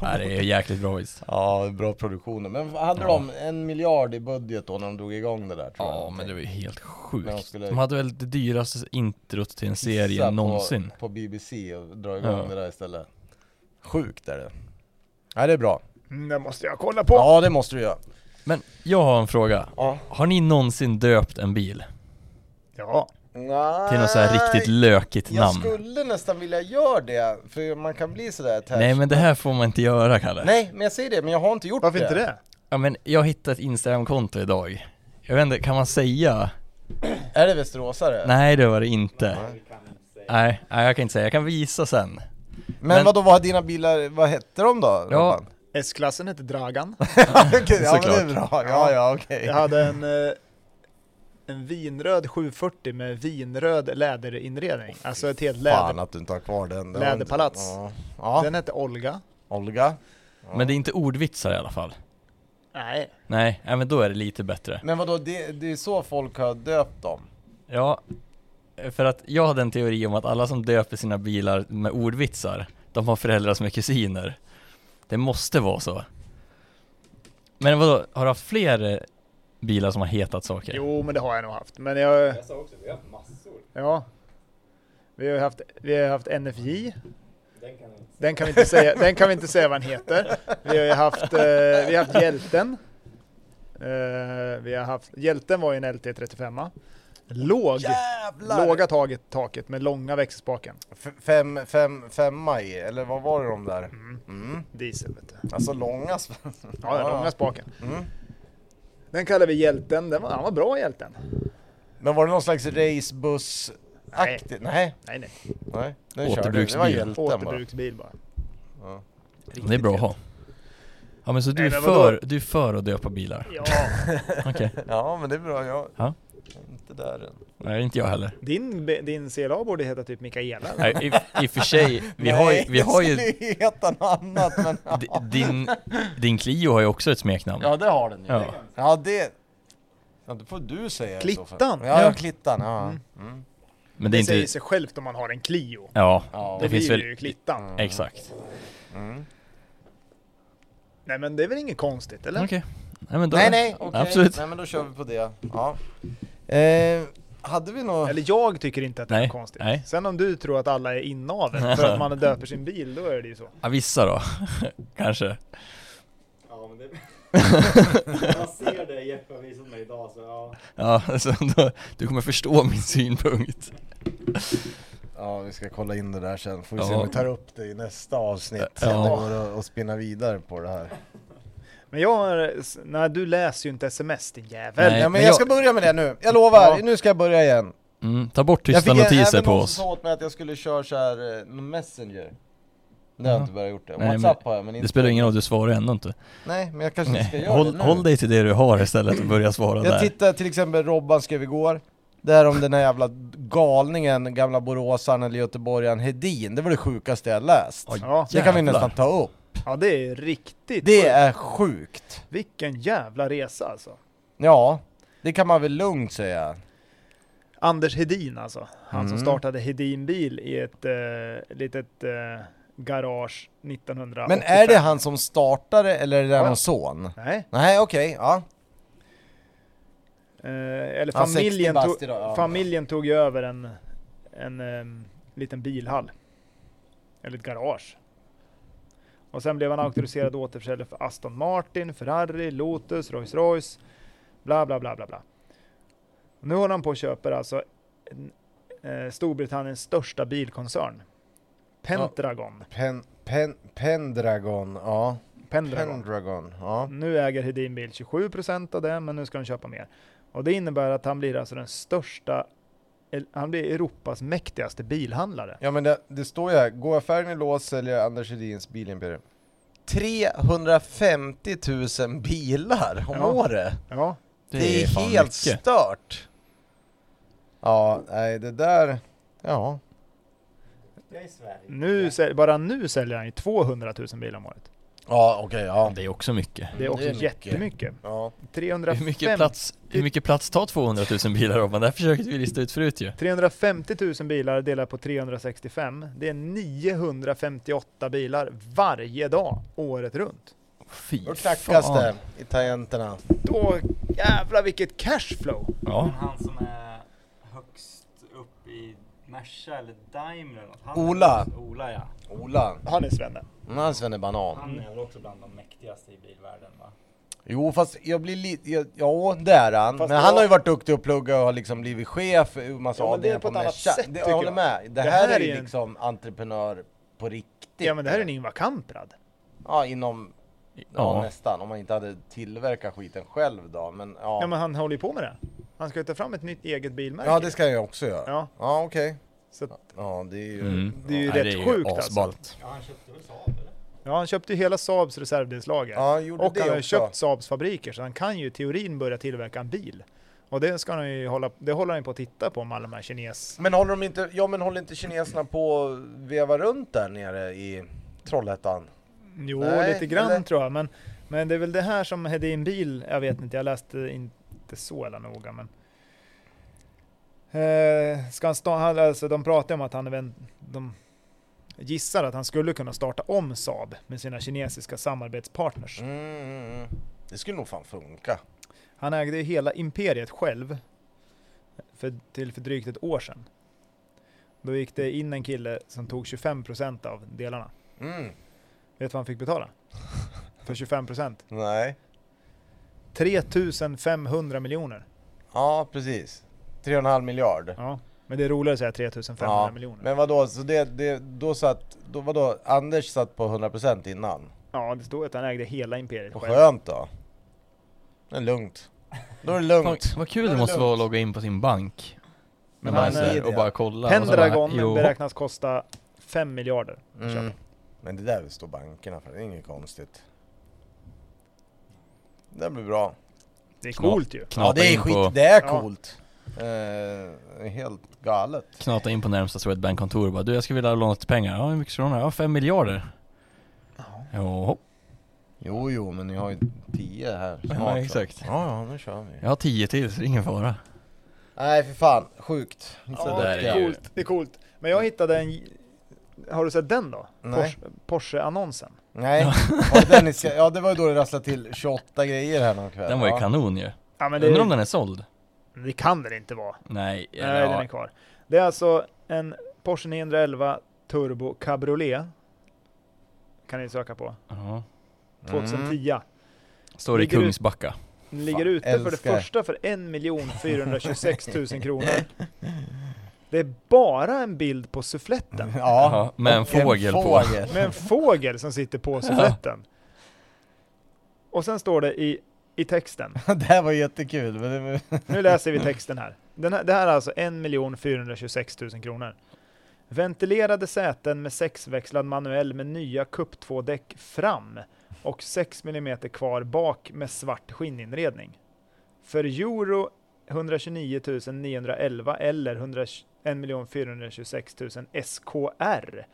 Speaker 4: Ja, det är jäkligt bra vis.
Speaker 6: Ja, bra produktioner. Men hade de en miljard i budget då när de drog igång det där tror jag?
Speaker 4: Ja men det var ju helt
Speaker 6: När de
Speaker 4: sjukt.
Speaker 6: skulle
Speaker 4: De hade väl det dyraste introt till en
Speaker 6: Kissa
Speaker 4: serie någonsin.
Speaker 6: På, på BBC och dra igång
Speaker 4: Ja.
Speaker 6: det där istället. Sjukt är det. Nej det är bra.
Speaker 3: Mm, det måste jag kolla på.
Speaker 6: Ja det måste du göra.
Speaker 4: Men jag har en fråga.
Speaker 6: Ja.
Speaker 4: Har ni någonsin döpt en bil
Speaker 3: Ja.
Speaker 4: till något så här riktigt lökigt
Speaker 6: Jag
Speaker 4: namn?
Speaker 6: skulle nästan vilja göra det, för man kan bli sådär attached.
Speaker 4: Nej men det här får man inte göra Kalle.
Speaker 6: Nej men jag säger det, men jag har inte gjort
Speaker 3: Varför
Speaker 6: det.
Speaker 3: inte det?
Speaker 4: Ja men jag hittade ett Instagram-konto idag. Jag vet inte, kan man säga?
Speaker 6: Är det västeråsare?
Speaker 4: Nej det var det inte.
Speaker 7: Du kan inte säga.
Speaker 4: Nej, nej jag kan inte säga, jag kan visa sen.
Speaker 6: Men,
Speaker 4: Men-
Speaker 6: vadå, vad dina bilar, vad hette de då?
Speaker 4: Ja,
Speaker 6: Robban?
Speaker 3: S-klassen heter Dragan.
Speaker 6: Okej, ja men det är bra,
Speaker 4: såklart.
Speaker 6: ja ja okej.
Speaker 3: Jag hade en, eh, en vinröd 740 med vinröd läderinredning. Alltså ett helt
Speaker 6: Fan
Speaker 3: läder.
Speaker 6: att du inte har kvar den. Det var
Speaker 3: Läderpalats.
Speaker 6: inte- Ja. ja.
Speaker 3: Den hette Olga.
Speaker 6: Olga.
Speaker 4: men det är inte ordvitsar i alla fall.
Speaker 3: Nej.
Speaker 4: Nej, nej men då är det lite bättre.
Speaker 6: Men vadå, det, det är så folk har döpt dem?
Speaker 4: Ja, för att jag hade en teori om att alla som döper sina bilar med ordvitsar, de har föräldrar som är kusiner. Det måste vara så. Men vadå, har du haft fler eh, bilar som har hetat saker?
Speaker 3: Jo, men det har jag nog haft. Men jag,
Speaker 7: Jag sa också, vi har haft massor.
Speaker 3: ja. Vi har ju haft, vi har ju haft NFJ.
Speaker 7: Den kan jag inte
Speaker 3: Den kan vi inte säga, den kan vi inte säga vad han heter. Vi har ju haft, eh, vi har haft Hjälten. Eh, vi har haft, Hjälten var ju en LT35. Låg,
Speaker 6: Jävlar!
Speaker 3: låga taget, taket med långa växelspaken.
Speaker 6: F- fem, fem, femma i, eller vad var det de där? Mm.
Speaker 3: Diesel vet du.
Speaker 6: Alltså långa sp-
Speaker 3: Ja, ja, långa spaken.
Speaker 6: Mm.
Speaker 3: Den kallar vi Hjälten, den var, han var bra Hjälten.
Speaker 6: Men var det någon slags racebuss-aktigt? Nej.
Speaker 3: Nej nej,
Speaker 6: Nej. Den körde. Det var
Speaker 4: Återbruksbil.
Speaker 6: hjälten bara.
Speaker 3: återbruksbil bara.
Speaker 4: det är bra att ha. Ja men så du
Speaker 3: Nej,
Speaker 4: är,
Speaker 3: men
Speaker 4: för,
Speaker 3: vadå?
Speaker 4: du är för att döpa bilar?
Speaker 3: Ja,
Speaker 4: Okej,
Speaker 6: Ja men det är bra, jag
Speaker 4: Ja.
Speaker 6: jag är inte där än.
Speaker 4: nej inte jag heller.
Speaker 3: din, be- din CLA borde heta typ Mikaela. eller?
Speaker 4: Nej, i, I och för sig, vi har ju, vi har ju
Speaker 6: Nej, det skulle heta något annat men...
Speaker 4: d- din, din Clio har ju också ett smeknamn.
Speaker 6: Ja det har den ju.
Speaker 4: Ja.
Speaker 6: Ja, ja det... Ja det får du säga i så fall.
Speaker 3: Klittan.
Speaker 6: Ja, ja
Speaker 4: Ja.
Speaker 6: Klittan, ja.
Speaker 3: Mm.
Speaker 6: Mm.
Speaker 4: Men det
Speaker 3: det
Speaker 4: är
Speaker 3: säger
Speaker 4: inte,
Speaker 3: sig självt om man har en Clio.
Speaker 4: ja,
Speaker 6: Ja.
Speaker 3: Då
Speaker 4: Det finns
Speaker 3: blir det
Speaker 4: väl-
Speaker 3: ju Klittan.
Speaker 6: Mm.
Speaker 4: exakt.
Speaker 6: Mm.
Speaker 3: Nej men det är väl inget konstigt eller?
Speaker 4: Okej. Nej men då,
Speaker 6: Nej nej, okej.
Speaker 4: Mm. Absolut.
Speaker 6: Nej men då kör vi på det. Ja. Eh, hade vi något...
Speaker 3: Eller jag tycker inte att det är
Speaker 4: Nej,
Speaker 3: konstigt.
Speaker 4: nej.
Speaker 3: Sen om du tror att alla är inavel för att man döper sin bil, då är det ju så.
Speaker 4: Ja, vissa då, kanske.
Speaker 7: Ja, men det... jag ser det Jeppe har visat mig idag så ja.
Speaker 4: Ja, alltså, då, du kommer förstå min synpunkt.
Speaker 6: Ja vi ska kolla in det där sen, får vi
Speaker 4: Ja.
Speaker 6: se om vi tar upp det i nästa avsnitt.
Speaker 4: Ja.
Speaker 6: Sen det går att- att spinna vidare på det här.
Speaker 3: Men jag har... Nej, du läser ju inte sms din jävel.
Speaker 4: Nej,
Speaker 6: ja, men,
Speaker 4: men
Speaker 6: jag
Speaker 4: jag-
Speaker 6: ska börja med det nu, jag lovar!
Speaker 3: Ja.
Speaker 6: Nu ska jag börja igen.
Speaker 4: Mm, ta bort
Speaker 6: Jag
Speaker 4: tysta
Speaker 6: en-
Speaker 4: notiser
Speaker 6: även
Speaker 4: på
Speaker 6: någon som
Speaker 4: oss.
Speaker 6: sa åt mig att jag skulle köra så här, eh, Messenger. Det har jag
Speaker 4: Ja.
Speaker 6: inte börjat gjort det.
Speaker 4: Nej, men-
Speaker 6: Whatsapp har jag men inte...
Speaker 4: Det spelar ingen roll, du svarar ändå inte.
Speaker 6: Nej men jag kanske inte ska
Speaker 4: Nej,
Speaker 6: göra det
Speaker 4: håll,
Speaker 6: nu.
Speaker 4: håll dig till det du har istället och börja svara
Speaker 6: Jag
Speaker 4: där.
Speaker 6: tittar till exempel Robban skrev igår det här om den här jävla galningen, gamla boråsaren eller göteborgaren Hedin, det var det sjukaste jag läst.
Speaker 4: Oj,
Speaker 3: Ja,
Speaker 6: det kan vi
Speaker 4: jävlar.
Speaker 6: nästan ta upp.
Speaker 3: Ja, det är riktigt
Speaker 6: Det
Speaker 3: sjukt.
Speaker 6: är sjukt!
Speaker 3: Vilken jävla resa alltså.
Speaker 6: Ja, det kan man väl lugnt säga.
Speaker 3: Anders Hedin alltså. Han som
Speaker 6: Mm.
Speaker 3: startade Hedin bil i ett eh, litet eh, garage 1985.
Speaker 6: Men är det han som startade eller är det
Speaker 3: Ja.
Speaker 6: hans son?
Speaker 3: Nej,
Speaker 6: Nej okej, ja.
Speaker 3: eh, eller
Speaker 6: Han är 60
Speaker 3: familjen,
Speaker 6: bast
Speaker 3: tog,
Speaker 6: idag, ja.
Speaker 3: familjen tog ju över en, en em, liten bilhall. Eller ett garage. Och sen blev han auktoriserad återförsäljare för Aston Martin, Ferrari, Lotus, Rolls Royce. Bla bla bla bla bla. Nu håller han på och köper alltså en, eh, Storbritanniens största bilkoncern. Pendragon.
Speaker 6: Pen, pen, Pendragon, ja.
Speaker 3: Pendragon.
Speaker 6: Pendragon, ja.
Speaker 3: Nu äger Hedin Bil 27 procent av det, men nu ska de köpa mer. Och det innebär att han blir alltså den största, el- han blir Europas mäktigaste bilhandlare.
Speaker 6: Ja men det, det står ju här, går affären i lås säljer Anders Hedins bilimperium 350 000 bilar om
Speaker 3: Ja.
Speaker 6: året!
Speaker 3: Ja,
Speaker 6: Det, är, helt stört! Ja, nej det där, ja.
Speaker 7: Jag är i Sverige.
Speaker 3: nu, säl- bara nu säljer han ju 200 000 bilar om året.
Speaker 6: Ja okej, ja.
Speaker 4: Det är också mycket.
Speaker 3: Det är också
Speaker 6: Det är mycket.
Speaker 3: jättemycket.
Speaker 6: ja.
Speaker 3: 350,
Speaker 4: Hur mycket, plats, hur mycket plats tar 200 000 bilar Robban? Det här försökte vi lista ut förut ju.
Speaker 3: 350 000 bilar delat på 365, det är 958 bilar varje dag, året runt.
Speaker 4: Fy
Speaker 6: Då knackas det i tangenterna.
Speaker 3: Då jävlar vilket cashflow!
Speaker 7: Men
Speaker 4: Ja.
Speaker 7: han som är högst upp i Merca eller Daimler eller något, han
Speaker 6: Ola.
Speaker 7: Ola ja.
Speaker 6: Ola,
Speaker 3: Han är svennen.
Speaker 6: den här svennebanan.
Speaker 7: Han är väl också bland de mäktigaste i bilvärlden va?
Speaker 6: Jo fast jag blir lite, ja, ja det är han.
Speaker 3: Fast
Speaker 6: men
Speaker 3: jag-
Speaker 6: han har ju varit duktig och pluggat och har liksom blivit chef i massa
Speaker 3: Ja, men det är
Speaker 6: avdelningar
Speaker 3: på ett annat
Speaker 6: Merca.
Speaker 3: sätt,
Speaker 6: det, Jag
Speaker 3: tycker
Speaker 6: håller
Speaker 3: jag.
Speaker 6: med, det,
Speaker 3: Det
Speaker 6: här,
Speaker 3: här
Speaker 6: är ju
Speaker 3: är en-
Speaker 6: liksom entreprenör på riktigt.
Speaker 3: Ja men det här är en Ingvar Kamprad.
Speaker 6: Ja, inom, ja.
Speaker 4: Ja.
Speaker 6: nästan, om man inte hade tillverkat skiten själv då, men ja.
Speaker 3: Ja men han håller ju på med det. Han ska ju ta fram ett nytt eget bilmärke.
Speaker 6: Ja, det ska jag också göra. Ja,
Speaker 3: Ja,
Speaker 6: okej.
Speaker 3: så att,
Speaker 6: Ja, det är ju...
Speaker 4: Mm.
Speaker 3: det är ju
Speaker 4: Nej,
Speaker 3: rätt sjukt alltså.
Speaker 4: asballt.
Speaker 7: Ja han köpte väl Saab eller?
Speaker 3: Ja, han köpte ju hela Saabs reservdelslager.
Speaker 6: Ja, jag gjorde
Speaker 3: och
Speaker 6: det
Speaker 3: han har
Speaker 6: också.
Speaker 3: ju köpt Saabs fabriker, så han kan ju i teorin börja tillverka en bil. Och det ska han ju hålla, det håller han ju på att titta på med alla de här kines...
Speaker 6: Men håller de inte, ja men håller inte kineserna på och veva runt där nere i Trollhättan?
Speaker 3: Jo,
Speaker 6: Nej,
Speaker 3: lite grann
Speaker 6: eller?
Speaker 3: tror jag, men, men det är väl det här som Hedin Bil, jag vet inte, jag läste inte så jävla noga, men... Eh, ska han sta- han- alltså, de pratar om att han även, de gissar att han skulle kunna starta om Saab med sina kinesiska samarbetspartners.
Speaker 6: Mm, mm, mm. Det skulle nog fan funka.
Speaker 3: Han ägde ju hela imperiet själv för, till för drygt ett år sedan. Då gick det in en kille som tog 25 procent av delarna.
Speaker 6: Mm.
Speaker 3: Vet du vad han fick betala? För 25 procent?
Speaker 6: Nej.
Speaker 3: 3500 miljoner.
Speaker 6: Ja, precis. 3,5 miljard.
Speaker 3: Ja, men det är roligare att säga 3500 miljoner.
Speaker 6: Men vadå, så det, det, då satt, då vadå, Anders satt på 100% innan?
Speaker 3: Ja, det står att han ägde hela imperiet
Speaker 6: Vad
Speaker 3: själv.
Speaker 6: skönt då. Det är lugnt. Då är det lugnt.
Speaker 4: Vad, vad kul det måste vara att logga in på sin bank.
Speaker 6: Men
Speaker 4: Men
Speaker 3: han
Speaker 4: man
Speaker 3: är
Speaker 6: det.
Speaker 4: och bara kolla. och så
Speaker 3: Pendragon
Speaker 4: bara, jo.
Speaker 3: beräknas kosta 5 miljarder. att
Speaker 6: Mm.
Speaker 3: köpa.
Speaker 6: Men det där står bankerna för, det är inget konstigt. Det blir bra.
Speaker 3: Det är coolt ju.
Speaker 6: Ja
Speaker 4: Knata,
Speaker 6: det är
Speaker 4: in,
Speaker 6: skit,
Speaker 4: på,
Speaker 6: det är
Speaker 3: Ja.
Speaker 6: coolt. Eh, helt galet.
Speaker 4: knata in på närmsta Swedbank-kontor och bara du jag skulle vilja låna lite pengar. Ja hur mycket ska du låna? Ja fem miljarder. Ja.
Speaker 6: Jo, jo, men ni har ju 10 här snart.
Speaker 4: Ja,
Speaker 6: så.
Speaker 4: exakt.
Speaker 6: Ja, ja, nu kör vi.
Speaker 4: Jag har tio till så det är ingen fara.
Speaker 6: Nej, för fan. Sjukt. Så
Speaker 3: Ja,
Speaker 4: där
Speaker 3: det
Speaker 6: duktiga.
Speaker 4: är
Speaker 3: är
Speaker 4: ju-
Speaker 3: coolt. Det är coolt. Men jag hittade en... Har du sett den då?
Speaker 6: Nej.
Speaker 3: Porsche- Porsche-annonsen.
Speaker 6: Nej, var det den ni ska... ja det var ju då det rasslade till 28 grejer här någon kväll.
Speaker 4: Den var ju
Speaker 6: ja.
Speaker 4: kanon ju.
Speaker 3: Ja, men
Speaker 4: Undrar om
Speaker 3: det,
Speaker 4: den är såld?
Speaker 3: det kan den inte vara.
Speaker 4: Nej,
Speaker 3: Nej, den är
Speaker 4: ja,
Speaker 3: kvar. Det är alltså en Porsche 911 Turbo Cabriolet. Kan ni söka på.
Speaker 4: ja.
Speaker 3: Mm. 2010.
Speaker 4: Står i
Speaker 3: Ligger du-
Speaker 4: Kungsbacka.
Speaker 3: Den ligger
Speaker 6: Fan,
Speaker 3: ute för det
Speaker 6: älskar.
Speaker 3: första för 1 426 000 kronor. Det är bara en bild på suffletten.
Speaker 6: Ja,
Speaker 4: Ja, med en
Speaker 6: och
Speaker 4: fågel på.
Speaker 6: fågel.
Speaker 3: Med en fågel som sitter på suffletten. Och sen står det i, i texten.
Speaker 6: det här var jättekul. Men det...
Speaker 3: Nu läser vi texten här. Den här det här är alltså 1 426 000 kronor. Ventilerade säten med sexväxlad manuell med nya Cup 2-däck fram och 6 mm kvar bak med svart skinninredning. För euro 129 911 eller 100 1 426 000 SKR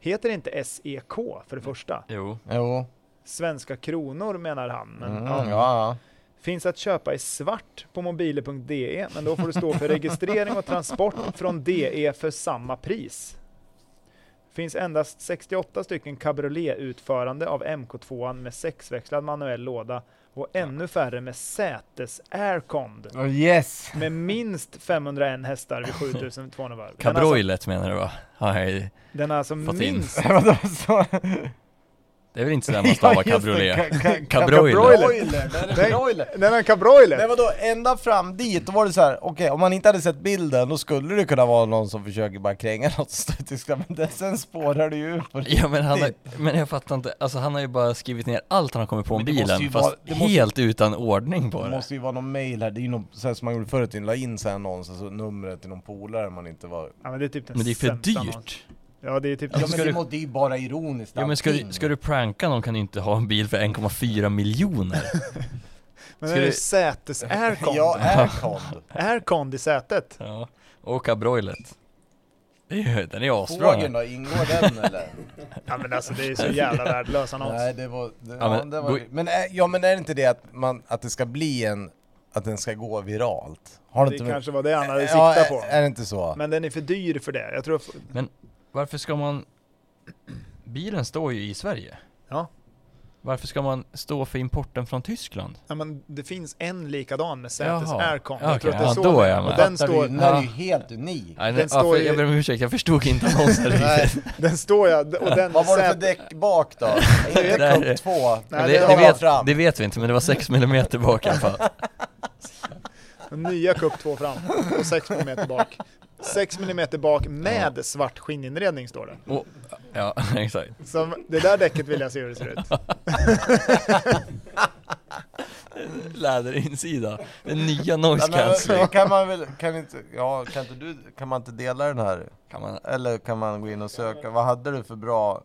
Speaker 3: heter inte SEK för det första.
Speaker 4: Jo.
Speaker 6: Jo.
Speaker 3: Svenska kronor menar han. Men,
Speaker 6: Mm,
Speaker 3: ja.
Speaker 6: ja, ja.
Speaker 3: Finns att köpa i svart på mobile.de, men då får du stå för registrering och transport från DE för samma pris. Finns endast 68 stycken cabriolet-utförande av MK2 med sexväxlad manuell låda och ännu färre med sätes aircond
Speaker 6: Oh, yes!
Speaker 3: med minst 501 hästar vid 7200 varv. Den har alltså,
Speaker 4: Kabroilet menar du va? Nej,
Speaker 3: den har alltså
Speaker 4: Fått in.
Speaker 3: minst
Speaker 6: Vadå så?
Speaker 4: det är väl inte sådär man stavar
Speaker 6: Ja, just det.
Speaker 4: cabriolet?
Speaker 6: Ka- ka-
Speaker 4: Kabroiler.
Speaker 6: Kabroiler. Där är
Speaker 3: Nej.
Speaker 6: broiler.
Speaker 3: Den har en cabriolet!
Speaker 6: Nej vadå, ända fram dit, då var det så här. okej om man inte hade sett bilden då skulle det kunna vara någon som försöker bara kränga något statiskt men det, sen spårar det ju ut på
Speaker 4: Ja men, han har, men jag fattar inte, alltså han har ju bara skrivit ner allt han har kommit på om
Speaker 6: Men det måste ju
Speaker 4: bilen fast
Speaker 6: vara- det måste-
Speaker 4: helt utan ordning på det.
Speaker 6: Det måste ju vara någon mail här, det är ju någon, så här som man gjorde förr i tiden, la in så här annons, alltså numret till någon polare man inte var...
Speaker 3: Ja, men det är typ den
Speaker 4: Men det är för
Speaker 3: sämsta annonsen.
Speaker 4: dyrt.
Speaker 3: Ja, det är typ
Speaker 4: Ja,
Speaker 6: Ja, men
Speaker 4: Alltså, ska
Speaker 6: det,
Speaker 4: du-
Speaker 6: må, det är ju bara ironiskt
Speaker 4: Ja men ska du,
Speaker 6: allting.
Speaker 4: ska du pranka någon kan du inte ha en bil för 1,4 miljoner.
Speaker 3: Men
Speaker 4: Ska
Speaker 3: det är
Speaker 4: du-
Speaker 3: ju sätes aircond.
Speaker 6: Ja, aircond.
Speaker 3: Aircond i sätet.
Speaker 4: Ja. Och cabroilet. Det är ju- Den är asbra.
Speaker 6: Fågeln då, ingår den eller?
Speaker 3: Ja men alltså det är så jävla värdelös annons.
Speaker 6: Nej, det var... Det, ja,
Speaker 4: Ja, men
Speaker 6: det
Speaker 4: gå-
Speaker 6: var men, är- ja, men är det inte det att, man, att det ska bli en... Att den ska gå viralt? Har
Speaker 3: det
Speaker 6: inte
Speaker 3: kanske var det han hade
Speaker 6: ja,
Speaker 3: siktat
Speaker 6: är,
Speaker 3: på.
Speaker 6: är det inte så?
Speaker 3: Men den är för dyr för det. Jag tror...
Speaker 4: Varför ska man... Bilen står ju i Sverige.
Speaker 3: Ja.
Speaker 4: Varför ska man stå för importen från Tyskland?
Speaker 3: Ja, men det finns en likadan med Säters
Speaker 4: Jaha.
Speaker 3: Aircon.
Speaker 4: Ja,
Speaker 3: Jag tror att
Speaker 4: okej.
Speaker 3: det är
Speaker 4: Ja,
Speaker 3: så.
Speaker 4: då är jag
Speaker 3: och
Speaker 4: med.
Speaker 3: den,
Speaker 6: Fattar du?
Speaker 3: står,
Speaker 6: Den här är ju
Speaker 4: Ja.
Speaker 6: helt unik.
Speaker 4: Nej,
Speaker 3: Den
Speaker 4: den
Speaker 3: står
Speaker 4: för,
Speaker 3: ju-
Speaker 4: Jag ber om ursäkt, jag förstod inte annonsen
Speaker 6: Nej.
Speaker 4: riktigt.
Speaker 3: den står jag... Och den
Speaker 6: Vad var det för
Speaker 3: Säter-
Speaker 6: däck bak då?
Speaker 4: Det
Speaker 6: Inte
Speaker 4: där
Speaker 6: cup
Speaker 4: är-
Speaker 6: 2?
Speaker 3: Nej,
Speaker 4: det,
Speaker 3: det
Speaker 4: det,
Speaker 3: var
Speaker 4: vet, det vet vi inte, men det var 6 mm bak i alla fall.
Speaker 3: Den nya Cup 2 fram och 6 mm bak. 6 mm bak med svart skinninredning står det.
Speaker 4: Och, ja, exakt.
Speaker 3: Så det där däcket vill jag se hur det ser ut.
Speaker 4: Läderinsida. Den nya
Speaker 6: Ja,
Speaker 4: noise
Speaker 6: men,
Speaker 4: cancelling.
Speaker 6: Kan man väl, kan inte, ja, kan inte du, kan man inte dela den här?
Speaker 4: Kan man...
Speaker 6: Eller kan man gå in och söka, vad hade du för bra?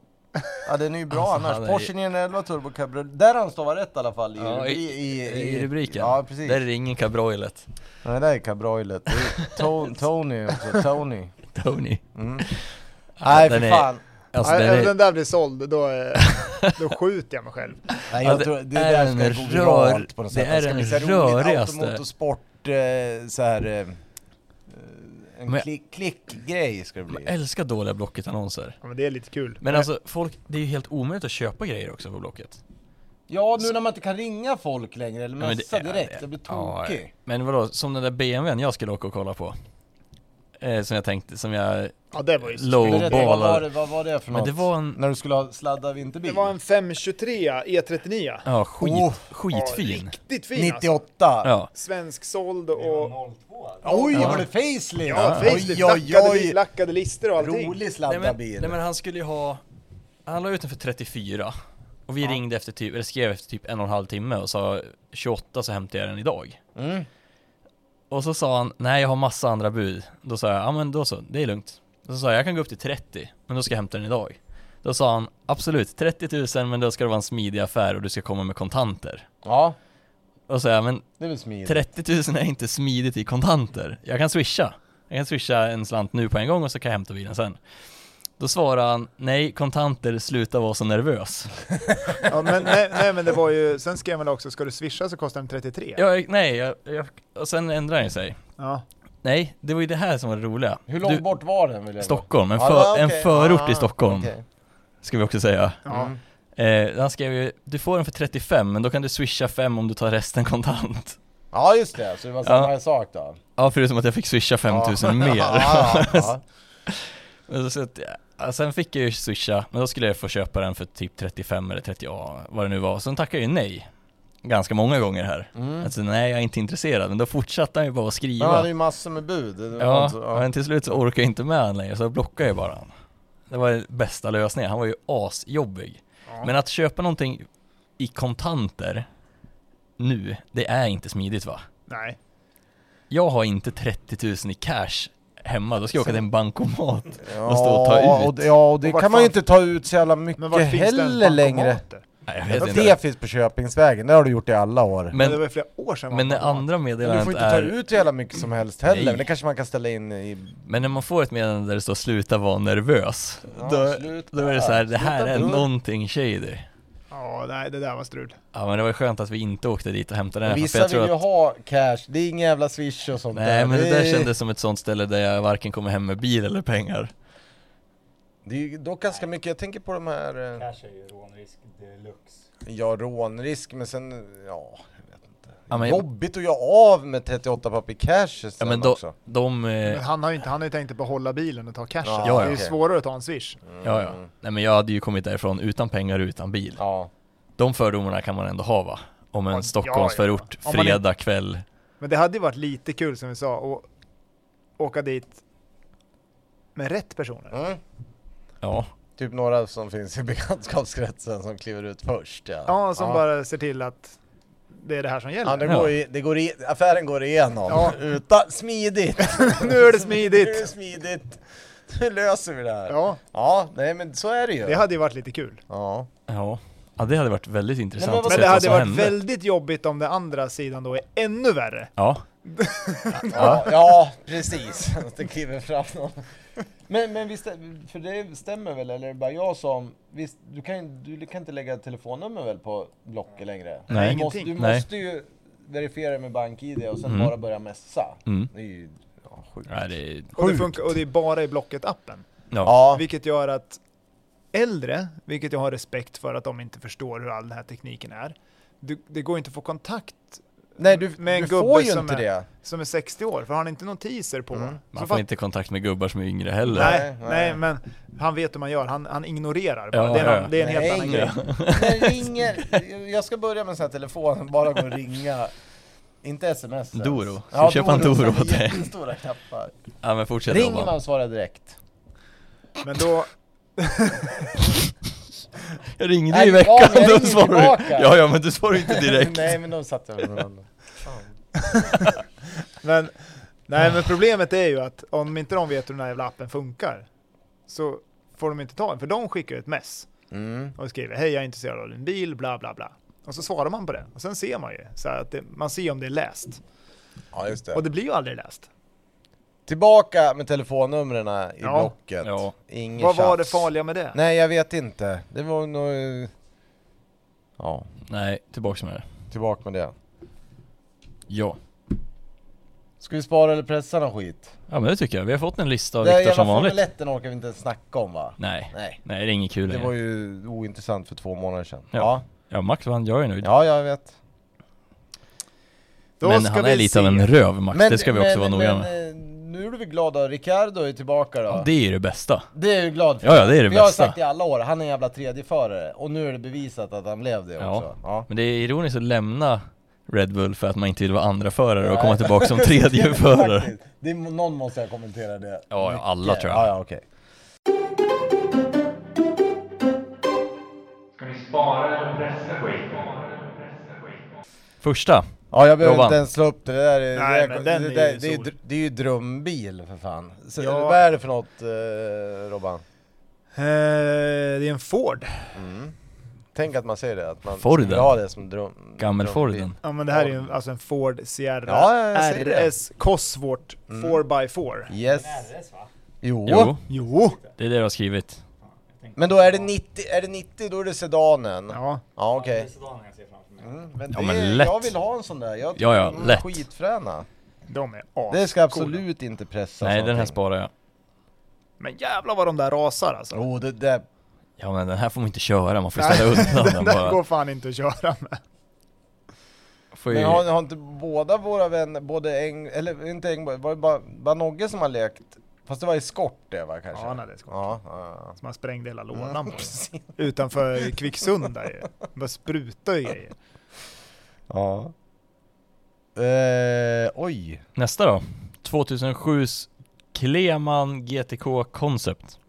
Speaker 6: Ja den är ju bra
Speaker 4: Alltså, han
Speaker 6: annars,
Speaker 4: är-
Speaker 6: Porsche 911 Turbo Cabriolet, där han stavar rätt i alla fall i,
Speaker 4: Ja, i-
Speaker 6: rubri- i,
Speaker 4: I rubriken.
Speaker 6: Ja precis,
Speaker 4: Där är det ingen cabroilet.
Speaker 6: nej det där är Cabriolet, Det är To- Tony också, Tony
Speaker 4: Tony.
Speaker 6: mm. Nej
Speaker 4: den
Speaker 6: för
Speaker 4: är-
Speaker 6: fan,
Speaker 4: Alltså
Speaker 3: Nej,
Speaker 4: den
Speaker 3: Även
Speaker 4: är...
Speaker 3: den där blir såld, då, eh, då skjuter jag mig själv.
Speaker 6: nej,
Speaker 4: Ja,
Speaker 6: jag
Speaker 4: det
Speaker 6: tror, det
Speaker 4: är
Speaker 6: där
Speaker 4: en
Speaker 6: ska gå
Speaker 4: rör-
Speaker 6: viralt på något sätt,
Speaker 4: det är
Speaker 6: ska bli
Speaker 4: den
Speaker 6: så här roligt,
Speaker 4: rörigaste.
Speaker 6: automotorsport, eh, så här, eh, eh, en
Speaker 4: Men-
Speaker 6: klick, klickgrej ska det bli
Speaker 4: Jag älskar dåliga Blocket-annonser.
Speaker 3: Ja, men det är lite kul.
Speaker 4: Men alltså folk, det är ju helt omöjligt att köpa grejer också på Blocket.
Speaker 6: Ja, nu när man inte kan ringa folk längre eller
Speaker 4: Ja, men det-
Speaker 6: messa direkt,
Speaker 4: ja,
Speaker 6: det,
Speaker 4: det-
Speaker 6: blir
Speaker 4: ja,
Speaker 6: tokig.
Speaker 4: Men vadå, som den där BMWn jag skulle åka och kolla på. Eh, som jag tänkte, som jag...
Speaker 3: Ja, det var ju så
Speaker 4: Low.
Speaker 3: kul.
Speaker 6: Berätta, vad,
Speaker 4: ballar.
Speaker 6: var det, vad var det för
Speaker 4: Men
Speaker 6: något?
Speaker 4: det var en...
Speaker 6: När du skulle ha sladdad vinterbil?
Speaker 3: Det var en 523 E39.
Speaker 4: Ja, skit,
Speaker 6: Oh,
Speaker 4: skitfin.
Speaker 3: Ja, riktigt fin alltså.
Speaker 6: 98!
Speaker 4: Ja.
Speaker 3: Svensk såld och...
Speaker 7: 02 alltså.
Speaker 6: Oj,
Speaker 4: Ja.
Speaker 6: var det facelift?
Speaker 3: Ja, facelift,
Speaker 6: Oj, oj,
Speaker 3: lackade, li-
Speaker 6: oj!
Speaker 3: lackade lister och allting.
Speaker 6: Rolig
Speaker 4: Nej men,
Speaker 6: sladdad
Speaker 4: nej
Speaker 6: bil.
Speaker 4: men han skulle ju ha... Han la ut den för 34. Och vi ringde efter typ, eller skrev efter typ en och en halv timme och sa 28 så hämtar jag den idag.
Speaker 6: Mm.
Speaker 4: Och så sa han, nej jag har massa andra bud. Då sa jag, ja men då så, det är lugnt. Då sa jag, jag kan gå upp till 30, men då ska jag hämta den idag. Då sa han, absolut 30 000 men då ska det vara en smidig affär och du ska komma med kontanter.
Speaker 6: Ja,
Speaker 4: Och så här, men
Speaker 6: Det är väl smidigt.
Speaker 4: 30 000 är inte smidigt i kontanter. Jag kan swisha. Jag kan swisha en slant nu på en gång och så kan jag hämta bilen sen. Då svarar han, nej kontanter, sluta vara så nervös.
Speaker 3: Ja, men, nej, nej men det var ju, sen skrev man också, ska du swisha så kostar den 33.
Speaker 4: Jag, nej, jag, jag, och sen ändrar han sig.
Speaker 3: Ja.
Speaker 4: Nej, det var ju det här som var det roliga.
Speaker 6: Hur långt
Speaker 4: Du-
Speaker 6: bort var den vill jag
Speaker 4: Stockholm, en,
Speaker 6: Ja,
Speaker 4: för,
Speaker 6: det var
Speaker 4: en
Speaker 6: okej.
Speaker 4: förort i
Speaker 6: Ah,
Speaker 4: Stockholm,
Speaker 6: okej.
Speaker 4: ska vi också säga.
Speaker 3: Ja.
Speaker 6: Mm.
Speaker 4: Eh, han skrev ju, du får den för 35 men då kan du swisha 5 om du tar resten kontant.
Speaker 6: Ja just det, så det var samma
Speaker 4: Ja.
Speaker 6: sak då.
Speaker 4: Ja, förutom att jag fick swisha 5000
Speaker 6: ja.
Speaker 4: mer.
Speaker 6: ja, ja,
Speaker 4: Men så- så att, ja, sen fick jag ju swisha, men då skulle jag få köpa den för typ 35 eller 30, ja, vad det nu var. Sen tackade jag ju nej. Ganska många gånger här.
Speaker 6: ja. Mm.
Speaker 4: Alltså nej, jag är inte intresserad. Men då fortsatte han ju bara att skriva.
Speaker 6: Men han hade ju massor med bud. Det var
Speaker 4: Ja,
Speaker 6: inte så- alltså, ja.
Speaker 4: men till slut så orkade jag inte med han längre så jag blockade ju bara han. Det var den bästa lösningen, han var ju asjobbig.
Speaker 3: Ja.
Speaker 4: Men att köpa någonting i kontanter nu, det är inte smidigt va?
Speaker 3: Nej.
Speaker 4: Jag har inte 30 000 i cash hemma, då ska jag åka till en bankomat.
Speaker 6: Ja,
Speaker 4: Vad står att ta ut?
Speaker 6: Och, det- ja, och det
Speaker 3: Och vart
Speaker 6: kan man ju
Speaker 3: fan-
Speaker 6: inte ta ut så jävla mycket
Speaker 3: Men vart finns det ens
Speaker 6: heller längre.
Speaker 3: bankomater?
Speaker 4: Nej, jag
Speaker 6: Det
Speaker 4: vet inte.
Speaker 6: finns på Köpingsvägen, det har du gjort i alla år.
Speaker 3: Men det
Speaker 4: Men,
Speaker 3: var ju flera år sedan.
Speaker 4: men det
Speaker 3: bankomat.
Speaker 4: andra
Speaker 6: Men du får
Speaker 4: meddelandet
Speaker 6: inte ta
Speaker 4: är,
Speaker 6: ut så jävla mycket som helst heller,
Speaker 4: Nej.
Speaker 6: men det kanske man kan ställa in i...
Speaker 4: men när man får ett meddelande där det står sluta vara nervös,
Speaker 6: Ja,
Speaker 4: då,
Speaker 6: sluta.
Speaker 4: då är det så här, det här
Speaker 6: Sluta
Speaker 4: är
Speaker 6: bråk.
Speaker 4: någonting shady.
Speaker 3: Ja, nej det där var strul.
Speaker 4: Ja men det var ju skönt att vi inte åkte dit och hämtade den här, för
Speaker 6: Vissa
Speaker 4: jag
Speaker 6: vill
Speaker 4: tror
Speaker 6: ju
Speaker 4: att
Speaker 6: ha cash, det är ingen jävla swish och sånt
Speaker 4: Nej men det där
Speaker 6: är-
Speaker 4: kändes som ett sånt ställe där jag varken kommer hem med bil eller pengar.
Speaker 6: Det är ju dock ganska mycket, jag tänker på de här... eh,
Speaker 7: Cash är ju rånrisk deluxe.
Speaker 6: Ja, rånrisk, men sen... Ja, jag vet inte.
Speaker 4: Ja, men-
Speaker 6: Jobbigt att göra av med 38 papp i cash sen
Speaker 4: Ja men de,
Speaker 6: också.
Speaker 4: de
Speaker 3: Men
Speaker 4: eh,
Speaker 3: han har ju inte, han har ju tänkt att behålla bilen och ta cashen.
Speaker 6: Ja,
Speaker 4: ja,
Speaker 3: det är ju
Speaker 6: okej.
Speaker 3: svårare att ta en swish.
Speaker 6: Mm.
Speaker 4: ja ja. Nej men jag hade ju kommit därifrån utan pengar och utan bil.
Speaker 6: Ja.
Speaker 4: De fördomarna kan man ändå ha va? Om
Speaker 3: Ja,
Speaker 4: en
Speaker 3: ja,
Speaker 4: Stockholmsförort
Speaker 3: ja. Om man är-
Speaker 4: fredag kväll.
Speaker 3: Men det hade ju varit lite kul som vi sa, och åka dit med rätt personer.
Speaker 6: Mm.
Speaker 4: Ja.
Speaker 6: Typ några som finns i bekantskapskretsen som kliver ut först ja.
Speaker 3: Ja, som bara ser till att det är det här som
Speaker 6: Ja,
Speaker 3: gäller.
Speaker 6: det går i, det går i, affären går igenom.
Speaker 3: Ja.
Speaker 6: Utan, smidigt!
Speaker 3: nu är det
Speaker 6: Nu är det
Speaker 3: smidigt!
Speaker 6: smidigt! Nu löser vi det här. Ja.
Speaker 3: Ja,
Speaker 6: nej men så är det ju.
Speaker 3: det hade ju varit lite kul.
Speaker 6: Ja.
Speaker 4: Ja. Ja det hade varit väldigt intressant
Speaker 6: men
Speaker 4: att
Speaker 6: vad-
Speaker 4: se
Speaker 3: Men det
Speaker 4: vad
Speaker 3: hade
Speaker 4: som
Speaker 3: varit
Speaker 4: hände.
Speaker 3: väldigt jobbigt om det andra sidan då är ännu värre.
Speaker 4: Ja.
Speaker 6: Ja, ja, precis. Att det kliver fram någon. Men, men visst, är- för det stämmer väl, eller är det bara jag som... Visst, du kan, ju- du kan inte lägga telefonnummer väl på Blocket längre?
Speaker 4: Nej.
Speaker 6: Du måste, du
Speaker 4: Nej.
Speaker 6: måste ju verifiera det med BankID och sen
Speaker 4: Mm.
Speaker 6: bara börja messa.
Speaker 4: Mm.
Speaker 6: Det är ju ja, sjukt.
Speaker 4: Nej, det, är-
Speaker 3: Och det,
Speaker 6: Sjukt.
Speaker 3: funkar, och det är bara i Blocket-appen.
Speaker 4: ja.
Speaker 6: Ja,
Speaker 3: Vilket gör att äldre, vilket jag har respekt för att de inte förstår hur all den här tekniken är. Du, det går inte att få kontakt
Speaker 6: nej du,
Speaker 3: Med en
Speaker 6: du
Speaker 3: gubbe
Speaker 6: får ju
Speaker 3: som
Speaker 6: inte
Speaker 3: är-
Speaker 6: det.
Speaker 3: som är 60 år, för har han inte notiser på
Speaker 6: Mm.
Speaker 4: Man
Speaker 3: så
Speaker 4: får
Speaker 3: fatt-
Speaker 4: inte kontakt med gubbar som är yngre heller.
Speaker 3: nej,
Speaker 6: Nej,
Speaker 3: nej,
Speaker 6: nej.
Speaker 3: men han vet hur man gör. Han, han ignorerar bara.
Speaker 4: Ja,
Speaker 3: det, är
Speaker 4: ja,
Speaker 3: någon, det är en helt
Speaker 6: Nej.
Speaker 3: annan grej.
Speaker 6: Den ringer, jag ska börja med en sån här telefon, bara gå och ringa. Inte sms.
Speaker 4: Doro. Ska vi köpa en Doro åt dig?
Speaker 6: Jättestora knappar.
Speaker 4: Ja men fortsätt
Speaker 6: Ringer
Speaker 4: Robban.
Speaker 6: man svarar direkt.
Speaker 3: Men då,
Speaker 4: Jag ringde
Speaker 6: Nej,
Speaker 4: i
Speaker 6: ja, men jag
Speaker 4: veckan,
Speaker 6: ringer
Speaker 4: då svarade du.
Speaker 6: tillbaka.
Speaker 4: Ja ja men du svarade inte direkt.
Speaker 6: Nej men då satt jag med någon annan.
Speaker 3: men, nej, men problemet är ju att om inte de vet hur den här jävla appen funkar så får de inte ta den, för de skickar ju ett mess
Speaker 6: Mm.
Speaker 3: och skriver hej jag är intresserad av din bil, bla bla bla. Och så svarar man på det och sen ser man ju så här att det, man ser om det är läst
Speaker 6: Ja just det.
Speaker 3: och det blir ju aldrig läst.
Speaker 6: Tillbaka med telefonnumren i
Speaker 3: Ja.
Speaker 6: Blocket.
Speaker 4: Ja.
Speaker 6: Inget
Speaker 3: Vad var det
Speaker 6: tjafs.
Speaker 3: farliga med det?
Speaker 6: Nej jag vet inte. Det var nog... eh, Ja,
Speaker 4: Nej, tillbaks med det.
Speaker 6: tillbaka med det.
Speaker 4: Ja.
Speaker 6: Ska vi spara eller pressa någon skit?
Speaker 4: Ja men det tycker jag, vi har fått en lista av
Speaker 6: Den här
Speaker 4: Viktor
Speaker 6: jävla
Speaker 4: som vanligt.
Speaker 6: formeletten orkar vi inte ens snacka om va?
Speaker 4: Nej,
Speaker 6: Nej.
Speaker 4: nej det är inget kul
Speaker 6: Det
Speaker 4: längre.
Speaker 6: var ju ointressant för två månader sedan.
Speaker 4: Ja.
Speaker 6: Ja,
Speaker 4: Ja Max vann, jag är nöjd.
Speaker 6: ja jag vet.
Speaker 3: Då
Speaker 4: men
Speaker 3: ska
Speaker 4: han
Speaker 3: vi
Speaker 4: är lite av
Speaker 3: se. Eh,
Speaker 4: en röv Max, det ska vi också vara noga med.
Speaker 6: med. eh, Nu är vi glada, Ricardo är tillbaka då.
Speaker 4: Det är ju det bästa.
Speaker 6: Det är jag ju glad för.
Speaker 4: Ja, ja, det är det
Speaker 6: för jag har
Speaker 4: bästa.
Speaker 6: sagt i alla år, han är en jävla tredjeförare. Och nu är det bevisat att han blev det
Speaker 4: Ja.
Speaker 6: också. Ja.
Speaker 4: Men det är ironiskt att lämna Red Bull för att man inte vill vara andra förare och
Speaker 6: Nej.
Speaker 4: komma tillbaka som tredje förare.
Speaker 6: Faktiskt. Det är, någon måste jag kommentera det.
Speaker 4: Ja, ja, alla tror
Speaker 6: Ja,
Speaker 4: jag.
Speaker 6: ja, okej.
Speaker 8: Ska ni spara eller pressa skiten?
Speaker 4: Första.
Speaker 6: Ja, jag behöver
Speaker 4: Robban.
Speaker 6: inte ens slå upp det där. är-
Speaker 3: Nej,
Speaker 6: det, där-
Speaker 3: men den
Speaker 6: det,
Speaker 3: är
Speaker 6: där-
Speaker 3: ju
Speaker 6: det, är,
Speaker 3: stor.
Speaker 6: dr- det är ju drömbil för fan. Så,
Speaker 3: Ja.
Speaker 6: Vad är det för något, eh, Robban?
Speaker 3: Eh, det är en Ford.
Speaker 6: Tänk att man säger det, att man
Speaker 4: Forden.
Speaker 6: skulle ha det som dröm.
Speaker 4: Gammelforden.
Speaker 3: Ja men det här är ju en- alltså en Ford Sierra
Speaker 6: Ja, ja, jag säger det. Mm.
Speaker 3: RS Cosworth 4x4.
Speaker 6: Yes.
Speaker 7: En RS va?
Speaker 6: Jo.
Speaker 4: Jo,
Speaker 3: Jo!
Speaker 4: det är det du har skrivit.
Speaker 7: Jag tänkte-
Speaker 6: Men då är det 90, är det 90 då är det sedanen. Ja,
Speaker 3: Ja,
Speaker 7: Ja,
Speaker 6: okej.
Speaker 7: Det är sedanen jag ser framför mig.
Speaker 6: Mm, men
Speaker 4: Ja,
Speaker 6: det,
Speaker 4: men lätt.
Speaker 6: Jag vill ha en sån där, jag
Speaker 4: Ja, ja,
Speaker 6: de är
Speaker 4: lätt.
Speaker 6: skitfräna.
Speaker 3: de är as.
Speaker 6: Det ska absolut inte pressas
Speaker 4: Nej, den här
Speaker 6: någonting.
Speaker 4: sparar jag.
Speaker 3: Men jävlar vad de där rasar alltså.
Speaker 6: Jo, Oh, det där...
Speaker 4: Ja men den här får man inte köra, man får
Speaker 3: Nej,
Speaker 4: ställa undan den
Speaker 3: den där
Speaker 4: bara.
Speaker 3: går fan inte att köra med.
Speaker 4: Får
Speaker 6: Men
Speaker 4: ju...
Speaker 6: har, har inte båda våra vänner, både Eng... Eller inte Engborg, var det bara, bara Nogge som har lekt? Fast det var i skort det va kanske?
Speaker 3: Ja, han hade skott.
Speaker 6: Ja, ja,
Speaker 3: Som han sprängde hela
Speaker 6: ja.
Speaker 3: lådan på.
Speaker 6: precis.
Speaker 3: Utanför Kvicksund där ju. De bara sprutar ju grejer.
Speaker 6: Ja. Eh, oj.
Speaker 4: Nästa då. 2007s Kleman GTK Concept.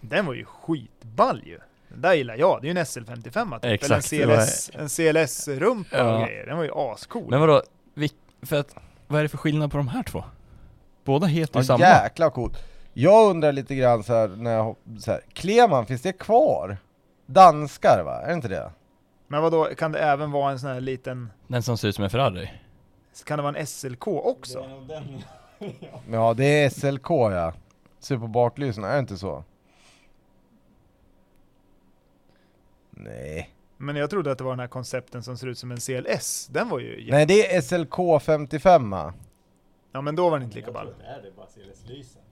Speaker 3: Den var ju skitball ju. Den där gillar jag, det är ju en SL55 typ.
Speaker 4: Exakt, det
Speaker 3: Eller en CLS, en CLS-rumpa
Speaker 4: Ja.
Speaker 3: och grejer. Den var ju ascool.
Speaker 4: Men vadå, Vil- för att, vad är det för skillnad på de här två? Båda heter ju
Speaker 6: Ja,
Speaker 4: samma.
Speaker 6: jäkla coolt. Jag undrar lite grann så här, när jag, hop- så här, Kleman, finns det kvar? Danskar va? Är det inte det?
Speaker 3: Men vadå, kan det även vara en sån här liten...
Speaker 4: Den som ser ut som en Ferrari.
Speaker 3: Kan det vara en SLK
Speaker 7: Det är
Speaker 3: också?
Speaker 7: nog den jag...
Speaker 6: Ja, det är SLK ja. Ser på baklysen, är det inte så? Nej.
Speaker 3: Men jag trodde att det var den här koncepten som ser ut som en CLS. Den var ju... jä-
Speaker 6: Nej, det är SLK 55 va?
Speaker 3: Ja men då var den inte lika
Speaker 7: Jag tror
Speaker 3: ball.
Speaker 7: att det är det, bara CLS-lysen.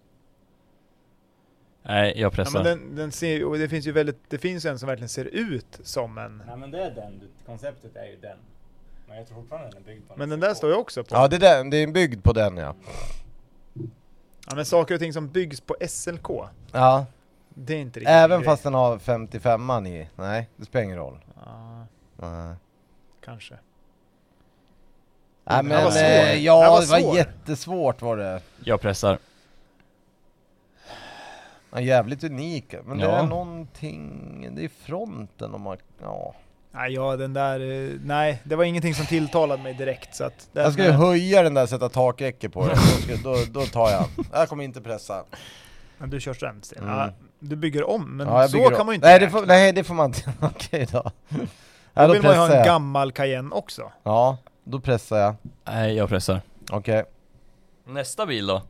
Speaker 4: Nej, jag
Speaker 3: Ja, men
Speaker 4: pressar.
Speaker 3: den, den ser ju, och det finns ju väldigt, det finns ju en som verkligen ser ut som en...
Speaker 7: Nej men det är den, du- konceptet är ju den. Men jag tror fortfarande den är byggd på en
Speaker 3: Men den
Speaker 7: SLK.
Speaker 3: där står ju också på.
Speaker 6: Ja, det är, den, det är byggd på den ja.
Speaker 3: Ja men saker och ting som byggs på SLK.
Speaker 6: Ja,
Speaker 3: Det är inte riktigt
Speaker 6: även
Speaker 3: min
Speaker 6: fast
Speaker 3: grej.
Speaker 6: den har 55an i. Nej, det spelar ingen roll.
Speaker 3: Ja,
Speaker 6: Nej.
Speaker 3: kanske.
Speaker 6: Nej
Speaker 3: Den
Speaker 6: men
Speaker 3: här var svår.
Speaker 6: eh,
Speaker 3: Den här
Speaker 6: ja,
Speaker 3: var
Speaker 6: det var
Speaker 3: svår.
Speaker 6: jättesvårt var det.
Speaker 4: Jag pressar.
Speaker 6: Ja, jävligt unika, men det
Speaker 4: Ja.
Speaker 6: är någonting, det är fronten om man, ja.
Speaker 3: Nej, ja, den där, eh, nej, det var ingenting som tilltalade mig direkt så att... Den,
Speaker 6: Jag skulle höja den där och sätta takräcke på den, då, skulle, då, då tar jag den. Jag kommer inte pressa.
Speaker 3: Ja, eh, du kör sämst Sten.
Speaker 6: Mm.
Speaker 3: Ja, du bygger om, men
Speaker 6: Ja, jag
Speaker 3: så
Speaker 6: bygger
Speaker 3: kan
Speaker 6: om.
Speaker 3: man ju inte
Speaker 6: nej det, får,
Speaker 3: räkna.
Speaker 6: nej det får man inte, okej då.
Speaker 3: Då
Speaker 6: Ja, då
Speaker 3: vill man ju ha
Speaker 6: pressar
Speaker 3: en
Speaker 6: jag.
Speaker 3: gammal Cayenne också.
Speaker 6: Ja, då pressar jag.
Speaker 4: Nej, jag pressar.
Speaker 6: Okej.
Speaker 4: Nästa bil då.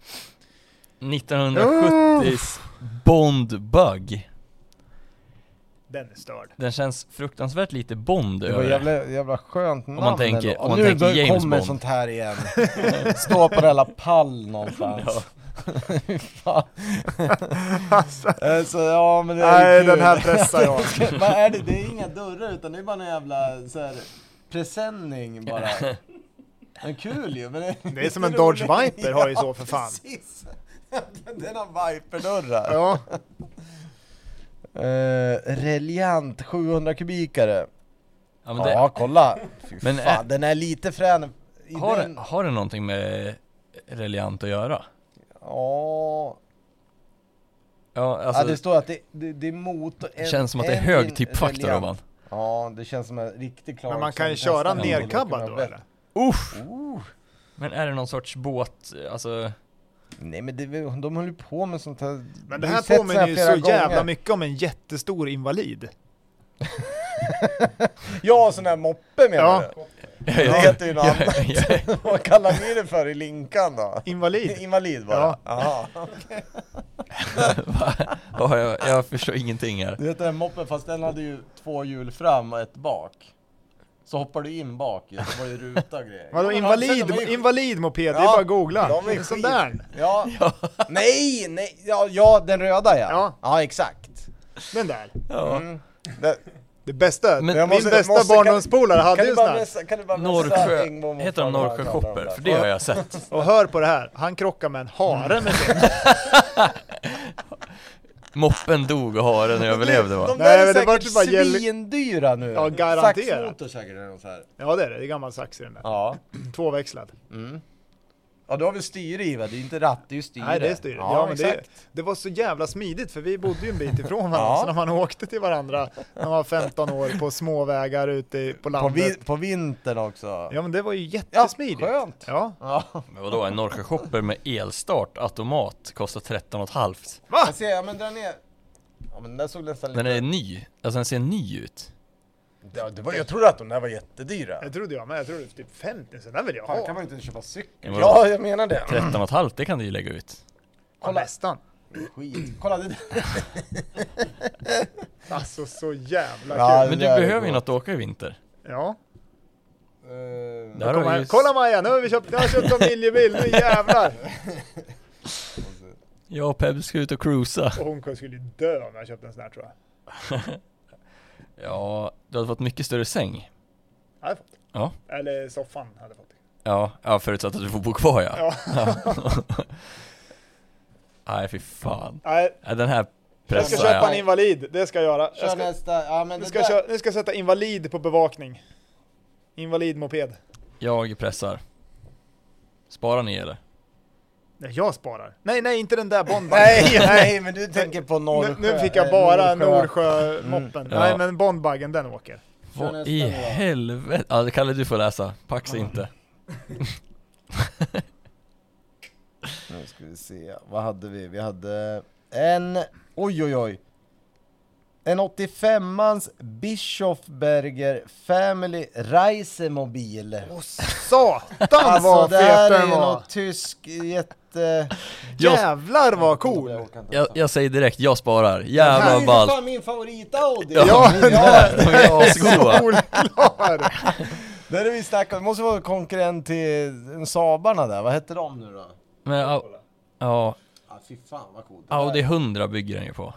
Speaker 4: 1970s Bond Bug.
Speaker 3: Den är störd.
Speaker 4: Den känns fruktansvärt lite Bond
Speaker 6: Det var
Speaker 4: över det.
Speaker 6: jävla, jävla skönt namn
Speaker 4: man tänker-
Speaker 6: ändå.
Speaker 4: om man
Speaker 6: Nu
Speaker 4: tänker
Speaker 6: bör-
Speaker 4: James
Speaker 6: kommer
Speaker 4: Bond.
Speaker 6: sånt här igen. Stå på den jävla pall någonstans. Ja. Eh, Så ja men det är
Speaker 3: Nej,
Speaker 6: kul.
Speaker 3: den här pressar jag.
Speaker 6: Vad är det? Det är inga dörrar utan det är bara en jävla så här, presenning bara. Men kul ju. Men det,
Speaker 3: Det är som en Dodge Viper har ju så för fan.
Speaker 6: Precis. Den har Viper-dörrar.
Speaker 3: Ja.
Speaker 6: Eh, Reliant 700 kubikare.
Speaker 4: Ja, men
Speaker 6: Ja,
Speaker 4: det,
Speaker 6: kolla. Fy
Speaker 4: Men
Speaker 6: fan,
Speaker 4: är-
Speaker 6: den är lite frän. I
Speaker 4: har,
Speaker 6: den-
Speaker 4: det, har det någonting med Reliant att göra?
Speaker 6: Ja,
Speaker 4: Ja,
Speaker 6: ja,
Speaker 4: alltså
Speaker 6: det står att det, det, det är motor...
Speaker 4: det
Speaker 6: en-
Speaker 4: känns som att det är
Speaker 6: en
Speaker 4: hög
Speaker 6: in-
Speaker 4: tippfaktor
Speaker 6: reliant.
Speaker 4: Robban.
Speaker 6: Ja, det känns som en riktig klar.
Speaker 3: Men man kan ju köra nerkabbad då eller?
Speaker 4: Men är det någon sorts båt, alltså?
Speaker 6: Nej men det, de håller ju på med sånt här.
Speaker 3: Men det
Speaker 6: Vi har
Speaker 3: här
Speaker 6: sett såna
Speaker 3: påminner ju så
Speaker 6: flera
Speaker 3: jävla
Speaker 6: gånger.
Speaker 3: mycket om en jättestor invalid.
Speaker 6: Ja, sån här moppe menar
Speaker 3: Ja.
Speaker 6: du?
Speaker 4: Det
Speaker 6: Det heter ju något
Speaker 4: ja,
Speaker 6: annat.
Speaker 4: ja.
Speaker 6: Vad kallar ni det för i Linkan då?
Speaker 3: Invalid?
Speaker 6: Invalid bara?
Speaker 3: Ja.
Speaker 6: Ja.
Speaker 4: Ja, jag, jag förstår ingenting här.
Speaker 6: Du vet den här moppen, fast den hade ju två hjul fram och ett bak. Så hoppar du in bak ju, så var det ruta och grejer.
Speaker 3: Vadå
Speaker 6: Ja, men har du sett,
Speaker 3: invalid,
Speaker 6: de är ju-
Speaker 3: invalid moped? Det är
Speaker 6: Ja,
Speaker 3: bara att googla.
Speaker 6: de är
Speaker 3: En sån
Speaker 6: skit.
Speaker 3: där.
Speaker 6: Ja. Nej, nej, ja, ja den röda ja.
Speaker 3: Ja.
Speaker 6: Ja, exakt.
Speaker 3: Den där.
Speaker 4: Ja.
Speaker 6: Mm. Det,
Speaker 3: Det bästa,
Speaker 4: Men-
Speaker 3: min
Speaker 4: Jag
Speaker 6: måste-
Speaker 3: bästa
Speaker 6: måste- kan-
Speaker 3: barndomspolare hade
Speaker 6: kan,
Speaker 3: ju
Speaker 6: du
Speaker 3: sån
Speaker 6: bara
Speaker 3: här.
Speaker 6: messa, kan du bara
Speaker 4: Norrsjö,
Speaker 6: Engblom och
Speaker 4: heter de
Speaker 6: fan vad
Speaker 4: Norrsjö
Speaker 6: han kallar
Speaker 4: Shopper?
Speaker 6: dem
Speaker 4: För
Speaker 6: där?
Speaker 4: det har jag sett.
Speaker 3: Och hör på det här, han krockar med en
Speaker 6: Mm.
Speaker 3: hare med sin.
Speaker 4: Moppen dog och haren överlevde va?
Speaker 6: De
Speaker 3: Nej,
Speaker 6: där
Speaker 3: men
Speaker 6: är
Speaker 3: det vart
Speaker 6: säkert
Speaker 3: ju bara gäll-
Speaker 6: svindyra nu.
Speaker 3: Ja, garanterat.
Speaker 6: Saxmotor säkert eller något så här.
Speaker 3: Ja det är det, det är gammal sax i den där.
Speaker 6: Ja.
Speaker 3: Tvåväxlad.
Speaker 6: Mm. Ja du har väl styre i va? Det är ju inte ratt, det är ju styre.
Speaker 3: Nej det är styret. Ja, men det, det var så jävla smidigt för vi bodde ju en bit ifrån varandra
Speaker 6: Ja.
Speaker 3: så när man åkte till varandra när man var 15 år på småvägar ute i- på
Speaker 6: På,
Speaker 3: landet.
Speaker 6: vi, på vintern också.
Speaker 3: Ja men det var ju jättesmidigt.
Speaker 6: skönt.
Speaker 3: Ja.
Speaker 6: Ja.
Speaker 4: Men vadå, en Norrsjö Shopper med elstart automat kostar 13,5
Speaker 6: Jag ser, ja men dra ner. Ja men den där såg nästan
Speaker 4: Den
Speaker 6: lite...
Speaker 4: är ny, alltså den ser ny ut
Speaker 6: Det, det var, jag trodde att de där var jättedyra.
Speaker 3: Jag trodde jag med, jag trodde typ 50, så den vill jag
Speaker 6: Fan, kan
Speaker 3: ha.
Speaker 6: man inte köpa cykel?
Speaker 4: Det var
Speaker 6: Ja, jag menar det.
Speaker 4: 13,5 det kan du ju lägga ut.
Speaker 3: Ja,
Speaker 6: kolla.
Speaker 3: nästan.
Speaker 6: Skit. Kolla det där.
Speaker 3: Alltså så jävla
Speaker 6: Ja,
Speaker 3: kul.
Speaker 4: Men du
Speaker 6: där är
Speaker 4: behöver ju
Speaker 6: gott.
Speaker 4: något att åka i vinter.
Speaker 3: Ja.
Speaker 6: Eh,
Speaker 4: Där har
Speaker 3: Kom
Speaker 4: vi
Speaker 3: här.
Speaker 4: ju-
Speaker 3: Kolla Maja, nu har vi köpt, jag har köpt familjebil, nu jävlar!
Speaker 4: Jag och Peb ska ut och cruisa.
Speaker 3: Och hon skulle ju dö om jag köpte en sån här tror jag.
Speaker 4: Ja, du hade fått mycket större säng.
Speaker 3: Jag hade fått.
Speaker 4: Ja.
Speaker 3: Eller soffan hade fått.
Speaker 4: Ja, ja förutsatt att du får bo kvar ja.
Speaker 3: Ja.
Speaker 4: Nej fy fan.
Speaker 3: Nej,
Speaker 4: Nej, Den här
Speaker 3: jag ska
Speaker 4: pressar
Speaker 3: köpa en
Speaker 4: jag.
Speaker 3: invalid, det ska jag göra.
Speaker 6: Kör
Speaker 3: Jag ska,
Speaker 6: nästa. Ja, men
Speaker 3: nu,
Speaker 6: det
Speaker 3: ska
Speaker 6: där.
Speaker 3: jag köra, nu ska jag sätta invalid på bevakning. Invalid moped.
Speaker 4: Jag pressar. Sparar ni eller?
Speaker 3: Nej, jag sparar. Nej, nej, inte den där Bondbike.
Speaker 6: Nej, nej, men du tänker på
Speaker 3: Nu,
Speaker 6: Norrsjö.
Speaker 3: nu fick jag
Speaker 6: eh,
Speaker 3: bara
Speaker 6: Nordsjö.
Speaker 3: Nordsjö-moppen.
Speaker 4: Ja.
Speaker 3: Nej, men Bondbaggen den åker.
Speaker 6: Kör
Speaker 4: Vad
Speaker 6: nästa
Speaker 4: i
Speaker 6: nu då.
Speaker 4: helvete? Ja, Kalle du får läsa. Paxa inte.
Speaker 6: Nu ska vi se, vad hade vi? Vi hade en, oj oj oj. En 85ans Bischofberger Family Reisemobil.
Speaker 3: Åh satan
Speaker 6: Alltså
Speaker 3: vad
Speaker 6: det här
Speaker 3: fet
Speaker 6: är
Speaker 3: den
Speaker 6: ju
Speaker 3: var!
Speaker 6: något tysk jätte...
Speaker 4: Jag,
Speaker 3: Jävlar vad cool!
Speaker 4: jag, jag säger direkt, jag sparar. Jävlar vad
Speaker 6: Det är ju för
Speaker 4: ballt.
Speaker 6: fan min favorit-Audi!
Speaker 4: Ja,
Speaker 6: Min där.
Speaker 4: De är asgoa.
Speaker 3: Solklar!
Speaker 6: där är vi snackar, det måste vara konkurrent till Sabarna där, vad hette de nu då?
Speaker 4: Men, au- ja,
Speaker 6: Ah, fy fan vad coolt. Det där-
Speaker 4: Audi 100 bygger den ju på.